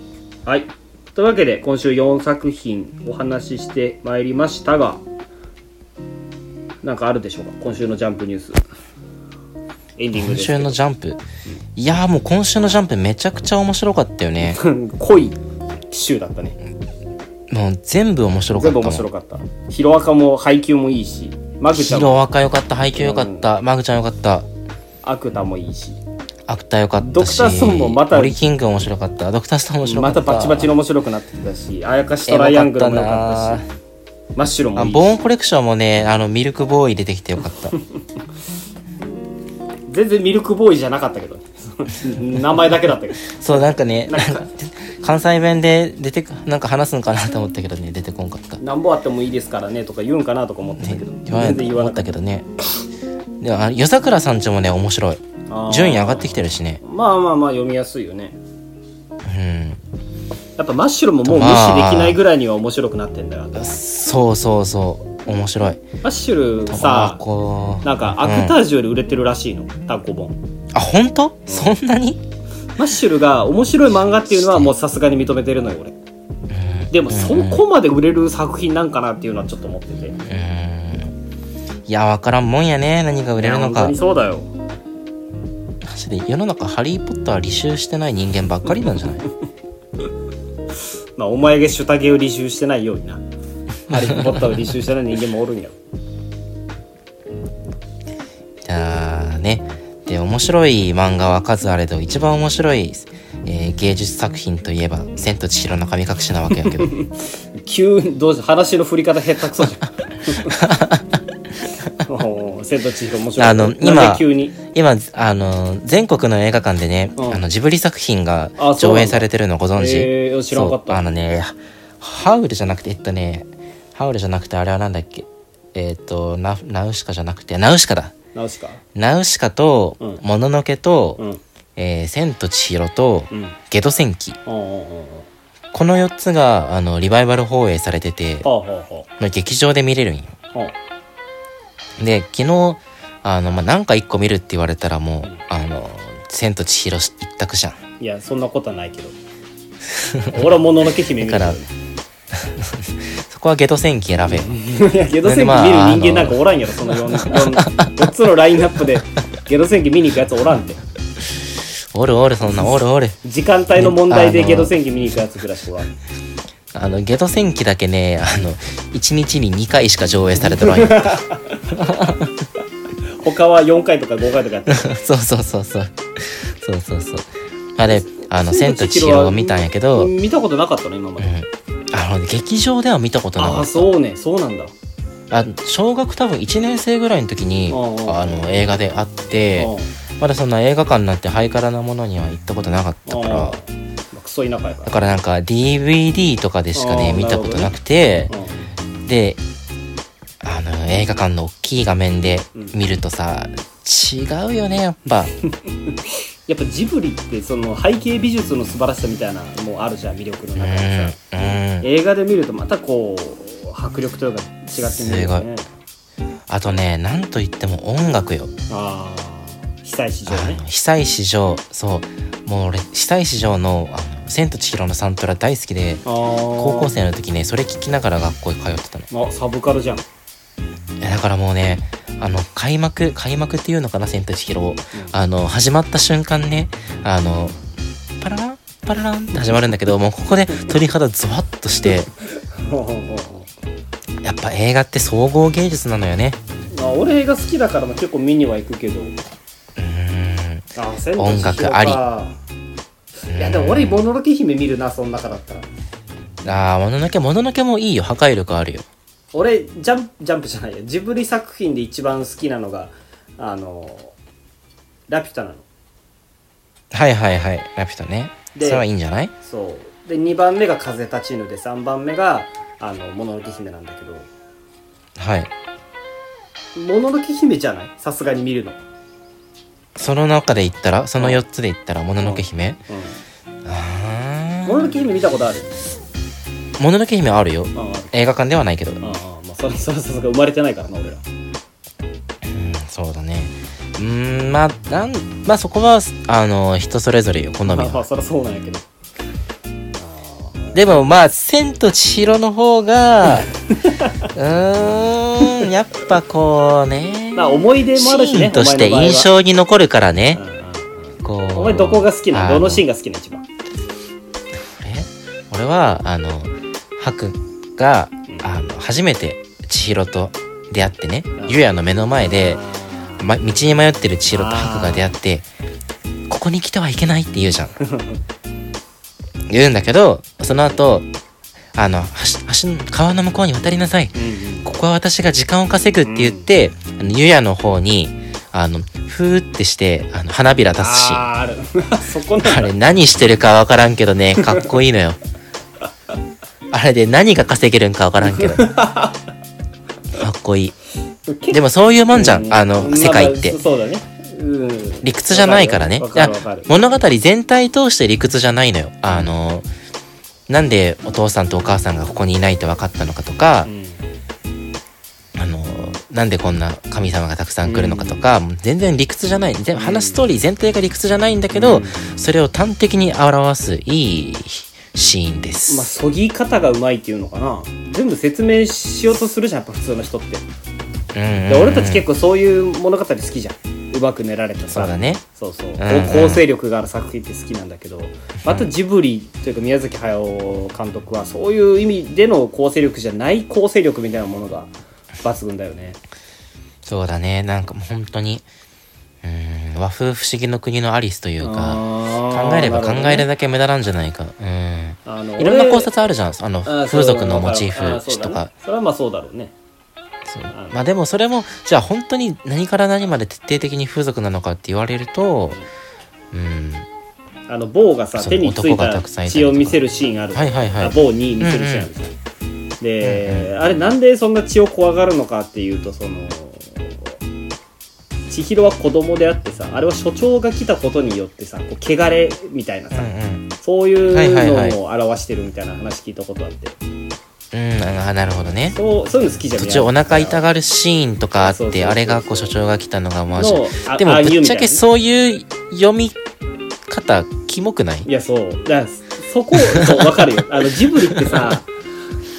[SPEAKER 1] う
[SPEAKER 2] はいというわけで今週4作品お話ししてまいりましたがなんかあるでしょうか今週のジャンプニュースエンディング
[SPEAKER 1] 今
[SPEAKER 2] です
[SPEAKER 1] 週
[SPEAKER 2] けど
[SPEAKER 1] のジャンプいやーもう今週のジャンプめちゃくちゃ面白かったよね
[SPEAKER 2] 濃い週だったね
[SPEAKER 1] もう全部面白か
[SPEAKER 2] 全
[SPEAKER 1] った
[SPEAKER 2] 部
[SPEAKER 1] もん
[SPEAKER 2] 面白かったヒロアカも配給もいいしマグちゃ
[SPEAKER 1] ヒ
[SPEAKER 2] んも
[SPEAKER 1] ロアカ良かった配給良かった、マグちゃん良かった
[SPEAKER 2] アクタもいいし
[SPEAKER 1] アクター良かったし
[SPEAKER 2] ドクターストーンもまた
[SPEAKER 1] オリキング面白かったドクターストーン面白か
[SPEAKER 2] ま
[SPEAKER 1] った
[SPEAKER 2] たバチバチの面白くなってきたしあやかしトライアングルもよか
[SPEAKER 1] エモ
[SPEAKER 2] っ
[SPEAKER 1] かった
[SPEAKER 2] しマッシュル
[SPEAKER 1] たな
[SPEAKER 2] も
[SPEAKER 1] あ
[SPEAKER 2] いい
[SPEAKER 1] ボーン
[SPEAKER 2] し
[SPEAKER 1] コレクションもねあのミルクボーイ出てきてよかった
[SPEAKER 2] 全然ミルクボーイじゃなかったけどね 名前だけだったけど
[SPEAKER 1] そうなんかね
[SPEAKER 2] なんか
[SPEAKER 1] 関西弁で出てくなんか話すのかなと思ったけどね出てこんかった
[SPEAKER 2] なんぼあってもいいですからねとか言うんかなとか思ってたけど
[SPEAKER 1] 言わない
[SPEAKER 2] 全
[SPEAKER 1] と
[SPEAKER 2] 然言わ
[SPEAKER 1] 思
[SPEAKER 2] な
[SPEAKER 1] った
[SPEAKER 2] かっ
[SPEAKER 1] けどねでもあの夜桜さんちもね面白い
[SPEAKER 2] あー
[SPEAKER 1] 順位上がってきてるしね
[SPEAKER 2] たまあまあまあ読みやすいよね
[SPEAKER 1] う
[SPEAKER 2] やっぱマッシュルももう無視できないぐらいには面白くなってんだよ
[SPEAKER 1] んそうそうそう面白い
[SPEAKER 2] マッシュル
[SPEAKER 1] あ
[SPEAKER 2] さ
[SPEAKER 1] こう
[SPEAKER 2] なんかアクタージュより売れてるらしいの単行本
[SPEAKER 1] あ本当そんなに
[SPEAKER 2] マッシュルが面白い漫画っていうのはもうさすがに認めてるのよ俺でもそこまで売れる作品なんかなっていうのはちょっと思ってて
[SPEAKER 1] うーんいや分からんもんやね何が売れるの
[SPEAKER 2] いや本当
[SPEAKER 1] か
[SPEAKER 2] にそうだよ
[SPEAKER 1] マジで世の中ハリー・ポッター履修してない人間ばっかりなんじゃない
[SPEAKER 2] まあお前がシュタゲを履修してないようになハリー・ポッターを履修してない人間もおるんやろ
[SPEAKER 1] じゃあねで面白い漫画は数あれど一番面白い、えー芸術作品といえば「千と千尋の神隠し」なわけや けど
[SPEAKER 2] 急にどうし話の振り方下手くそじゃんおー千と千尋面白い
[SPEAKER 1] あの
[SPEAKER 2] なぜ
[SPEAKER 1] 今
[SPEAKER 2] 急に
[SPEAKER 1] 今あの全国の映画館でね、
[SPEAKER 2] うん
[SPEAKER 1] あのジブリ作品が
[SPEAKER 2] あそう
[SPEAKER 1] 上
[SPEAKER 2] なんだ
[SPEAKER 1] 映されてるのご存知、
[SPEAKER 2] えー知らんかった
[SPEAKER 1] そうあのねハウルじゃなくてえっとねハウルじゃなくてあれはなんだっけえっ、とナナウシカじゃなくてナウシカだ
[SPEAKER 2] ナウシカ
[SPEAKER 1] ナウシカと、
[SPEAKER 2] うん
[SPEAKER 1] もののけと、
[SPEAKER 2] うん
[SPEAKER 1] えー千と千尋と、
[SPEAKER 2] うんあ
[SPEAKER 1] ゲド戦記。
[SPEAKER 2] あああ
[SPEAKER 1] この4つが、あの、リバイバル放映されてて、
[SPEAKER 2] ああ
[SPEAKER 1] まあ劇場で見れるんよ。
[SPEAKER 2] ああ
[SPEAKER 1] で、昨日、あの、まあ、なんか1個見るって言われたらもう、あの、千と千尋一択じゃん。
[SPEAKER 2] いやそんなことはないけど俺はもののけ姫見る
[SPEAKER 1] だから
[SPEAKER 2] け
[SPEAKER 1] そこはゲド戦記選べよ。
[SPEAKER 2] どいやゲド戦記見る人間なんかおらんやろその 4, 4つのラインナップでゲド戦記見に行くやつおらんって
[SPEAKER 1] おるおる、そんな、おるおる。
[SPEAKER 2] 時間帯の問題で
[SPEAKER 1] あの
[SPEAKER 2] ゲド戦記見に行くやつぐらいしかおらん
[SPEAKER 1] あの、ゲド戦記だけね、あの、1日に2回しか上映されてないよ。
[SPEAKER 2] 他は4回とか5回とかやってる
[SPEAKER 1] そうそうそうそう。そうそうそう。あれ、あの、千と千尋を見たんやけど、
[SPEAKER 2] 見たことなかったの今まで、
[SPEAKER 1] あの劇場では見たことな
[SPEAKER 2] あ
[SPEAKER 1] か
[SPEAKER 2] あ
[SPEAKER 1] った
[SPEAKER 2] そうねそうなんだ
[SPEAKER 1] あ小学多分1年生ぐらいの時に
[SPEAKER 2] うんうん
[SPEAKER 1] あの映画で会って
[SPEAKER 2] う
[SPEAKER 1] まだそんな映画館なんてハイカラなものには行ったことなかった
[SPEAKER 2] ん
[SPEAKER 1] か
[SPEAKER 2] あ
[SPEAKER 1] ら
[SPEAKER 2] ーまあクソ田舎やか
[SPEAKER 1] だからなんか DVD とかでしかね
[SPEAKER 2] うん
[SPEAKER 1] 見たことなくて
[SPEAKER 2] ら、うん
[SPEAKER 1] であの映画館の大きい画面で見るとさ違うよねやっ ぱ
[SPEAKER 2] やっぱジブリってその背景美術の素晴らしさみたいなのもあるじゃん魅力の
[SPEAKER 1] うん
[SPEAKER 2] 中
[SPEAKER 1] う
[SPEAKER 2] でさ、
[SPEAKER 1] ん
[SPEAKER 2] 映画で見るとまたこう迫力というか違って見えるよね
[SPEAKER 1] あとねなんといっても音楽よ
[SPEAKER 2] ああ久石城
[SPEAKER 1] あ
[SPEAKER 2] ね
[SPEAKER 1] の久石城そうもう俺久石城の「あの千と千尋のサントラ」大好きで高
[SPEAKER 2] 高
[SPEAKER 1] 校生の時ねそれ聞きながら学校に通ってたの
[SPEAKER 2] あサブカルじゃん
[SPEAKER 1] いやだからもうねあの開幕開幕っていうのかな「千と千尋を」あの始まった瞬間ねあのパラランパラランって始まるんだけどもうここで鳥肌ゾワッとして
[SPEAKER 2] ほうほうほうほ
[SPEAKER 1] やっぱ映画って総合芸術なのよね
[SPEAKER 2] うまあ俺映画好きだからまあ結構見には行くけど
[SPEAKER 1] うーん
[SPEAKER 2] あー千と千尋
[SPEAKER 1] 音楽あ
[SPEAKER 2] りいやでも俺もののけ姫見るなその中だったら
[SPEAKER 1] あーもののけもののけもいいよ破壊力あるよ
[SPEAKER 2] 俺ジャンプジャンプじゃないやジブリ作品で一番好きなのがあのラピュタなの
[SPEAKER 1] はいはいはい「ラピュタね」
[SPEAKER 2] で
[SPEAKER 1] それはいいんじゃない
[SPEAKER 2] そうで2番目が風立ちぬで3番目があのもののけ姫なんだけど
[SPEAKER 1] はい
[SPEAKER 2] もののけ姫じゃないさすがに見るの、
[SPEAKER 1] その中で言ったらその4つで言ったら「もののけ姫」あ
[SPEAKER 2] もののけ姫見たことある
[SPEAKER 1] あもののけ姫あるよ
[SPEAKER 2] ああある
[SPEAKER 1] 映画館ではないけどう
[SPEAKER 2] あ
[SPEAKER 1] ん
[SPEAKER 2] あああまあそれそれさすが生まれてないからな俺ら
[SPEAKER 1] そうだねうーんまあなんまあそこはあの人それぞれよ好み
[SPEAKER 2] まあま
[SPEAKER 1] は
[SPEAKER 2] あそりゃそうなんやけど
[SPEAKER 1] でもまあ「千と千尋」の方がうーんやっぱこうね
[SPEAKER 2] まあ思い出もあるし
[SPEAKER 1] シー
[SPEAKER 2] ね
[SPEAKER 1] ンとして
[SPEAKER 2] お前の場合は
[SPEAKER 1] 印象に残るからね
[SPEAKER 2] うんうん
[SPEAKER 1] こう
[SPEAKER 2] お前どこが好きな
[SPEAKER 1] あ
[SPEAKER 2] のどのシーンが好きなの一番
[SPEAKER 1] え俺はあのハクが
[SPEAKER 2] ん
[SPEAKER 1] あの初めて千尋と出会ってね
[SPEAKER 2] ん
[SPEAKER 1] ゆやの目の前で、ま、道に迷ってる千尋と
[SPEAKER 2] あー
[SPEAKER 1] ハクが出会ってここに来てはいけないって言うじゃん言うんだけどその後あの橋橋の川の向こうに渡りなさい
[SPEAKER 2] うんうん
[SPEAKER 1] ここは私が時間を稼ぐって言って、あのゆやの方にあのふーってしてあの花びら出すしあ
[SPEAKER 2] あーある そこなんだ
[SPEAKER 1] れ何してるかわからんけどねかっこいいのよあれで何が稼げるんかわからんけどかっこいいでもそういうもんじゃん、
[SPEAKER 2] う
[SPEAKER 1] あの世界って
[SPEAKER 2] まあそうだね、うん、
[SPEAKER 1] 理屈じゃないからね
[SPEAKER 2] わかるわかる
[SPEAKER 1] いや物語全体通して理屈じゃないのよあのなんでお父さんとお母さんがここにいないと分かったのかとか、
[SPEAKER 2] うん
[SPEAKER 1] あのなんでこんな神様がたくさん来るのかとか、もう全然理屈じゃない全部話すストーリー全体が理屈じゃないんだけど、
[SPEAKER 2] うん
[SPEAKER 1] それを端的に表すいいシーンで
[SPEAKER 2] まあ
[SPEAKER 1] す、
[SPEAKER 2] そぎ方がうまいっていうのかな全部説明しようとするじゃんやっぱ普通の人って
[SPEAKER 1] うんうんうん
[SPEAKER 2] で俺たち結構そういう物語好きじゃんうまく練られたさ
[SPEAKER 1] そうだね
[SPEAKER 2] そうそう、
[SPEAKER 1] んうん
[SPEAKER 2] 構成力がある作品って好きなんだけどまたジブリというか宮崎駿監督はそういう意味での構成力じゃない構成力みたいなものが抜群だよね
[SPEAKER 1] そうだねなんかもう本当にうん和風不思議の国のアリスというか
[SPEAKER 2] 考
[SPEAKER 1] 考えれば考える
[SPEAKER 2] い
[SPEAKER 1] だけ無駄なんじゃないか
[SPEAKER 2] あ
[SPEAKER 1] う
[SPEAKER 2] の
[SPEAKER 1] んいろんな
[SPEAKER 2] 俺
[SPEAKER 1] 考察あるじゃんあの
[SPEAKER 2] あ
[SPEAKER 1] 風俗のモチー
[SPEAKER 2] あそ
[SPEAKER 1] フ
[SPEAKER 2] う
[SPEAKER 1] と
[SPEAKER 2] だね
[SPEAKER 1] か
[SPEAKER 2] それはまあそうだろうね
[SPEAKER 1] そう
[SPEAKER 2] あの
[SPEAKER 1] まあでもそれもじゃあ本当に何から何まで徹底的に風俗なのかって言われるとうん
[SPEAKER 2] あの棒がさ
[SPEAKER 1] そう
[SPEAKER 2] 手につい
[SPEAKER 1] 男が
[SPEAKER 2] た
[SPEAKER 1] たくさんいたり
[SPEAKER 2] 血
[SPEAKER 1] と
[SPEAKER 2] を
[SPEAKER 1] か
[SPEAKER 2] 見せるシーンある、
[SPEAKER 1] はいはいはい
[SPEAKER 2] あ棒に見せるシーンあるじゃん、で、あれなんでそんな血を怖がるのかっていうとその千尋は子供であってさあれは所長が来たことによってさこう汚れみたいな
[SPEAKER 1] う
[SPEAKER 2] さ、
[SPEAKER 1] んうん
[SPEAKER 2] そう
[SPEAKER 1] はいはいはい
[SPEAKER 2] いうのを表してるみたいな話聞いたことあって、
[SPEAKER 1] うんあなるほどね
[SPEAKER 2] そうそういうの好きじゃん
[SPEAKER 1] 途中お腹痛がるシーンとかあ
[SPEAKER 2] そ
[SPEAKER 1] っ
[SPEAKER 2] うそ
[SPEAKER 1] て
[SPEAKER 2] うそうそう
[SPEAKER 1] あれがこう所長が来たのがまあ
[SPEAKER 2] のあ
[SPEAKER 1] でも
[SPEAKER 2] あ
[SPEAKER 1] ぶっちゃ
[SPEAKER 2] 言うみたいなね
[SPEAKER 1] けそういう読み方キモくない
[SPEAKER 2] いやそうだからそこそう分かるよあのジブリって さ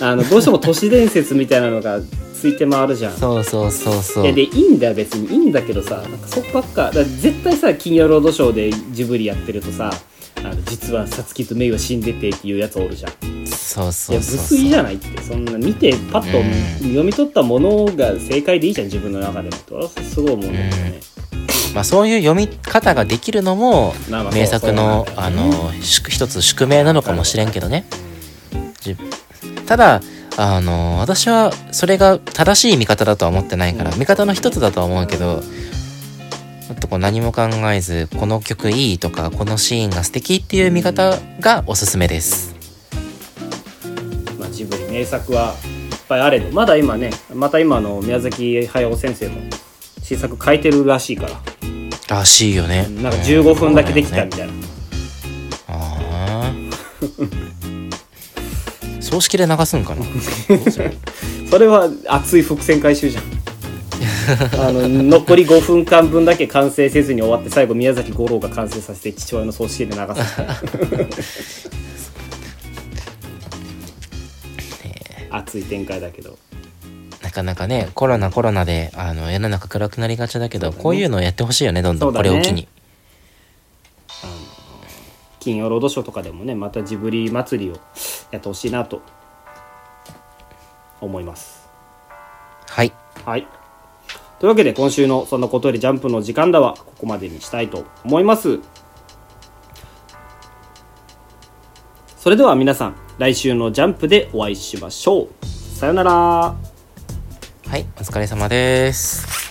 [SPEAKER 2] あのどうしても都市伝説みたいなのがついて回るじゃん
[SPEAKER 1] そうそうそうそ
[SPEAKER 2] いうやでいいんだよ別にいいんだけどさなんかそこばっかだから絶対さ「金曜ロードショー」でジブリやってるとさあの実はさつきとメイは死んでてっていうやつおるじゃん
[SPEAKER 1] そう
[SPEAKER 2] い
[SPEAKER 1] そ
[SPEAKER 2] や
[SPEAKER 1] う
[SPEAKER 2] 無
[SPEAKER 1] そう
[SPEAKER 2] 粋じゃないってそんな見てパッと
[SPEAKER 1] うん
[SPEAKER 2] 読み取ったものが正解でいいじゃん自分の中でもって俺はすごい思うんだよね、
[SPEAKER 1] まあそういう読み方ができるのも
[SPEAKER 2] まあまあそう
[SPEAKER 1] 名作の
[SPEAKER 2] そうな
[SPEAKER 1] あ
[SPEAKER 2] んだよね
[SPEAKER 1] の宿一つ宿命なのかもしれんけどねじただあの私はそれが正しい見方だとは思ってないから
[SPEAKER 2] うん
[SPEAKER 1] 見方の一つだとは思うけどちょっとこう何も考えずこの曲いいとかこのシーンが素敵っていう見方がおすすめです
[SPEAKER 2] まあ、ジブリ名作はいっぱいあれどまだ今ねまた今あの宮崎駿先生も新作書いてるらしいから
[SPEAKER 1] らしいよね
[SPEAKER 2] なんか15分だけできたみ
[SPEAKER 1] ね
[SPEAKER 2] たいな、
[SPEAKER 1] あ ー葬式で流すんかな
[SPEAKER 2] それは熱い伏線回収じゃんあの残り5分間分だけ完成せずに終わって最後宮崎五郎が完成させて父親の葬式で流す熱い展開だけど
[SPEAKER 1] なかなかねコロナコロナであの世の中暗くなりがちだけどこういうのをやってほしいよねどんどん、こ
[SPEAKER 2] そうだね
[SPEAKER 1] れを機に
[SPEAKER 2] 金曜ロードショーとかでもねまたジブリ祭りをやってほしいなと思います
[SPEAKER 1] はい
[SPEAKER 2] はいというわけで今週の「そんなことよりジャンプ」の時間だはここまでにしたいと思いますそれでは皆さん来週の「ジャンプ」でお会いしましょうさよなら
[SPEAKER 1] はいお疲れ様です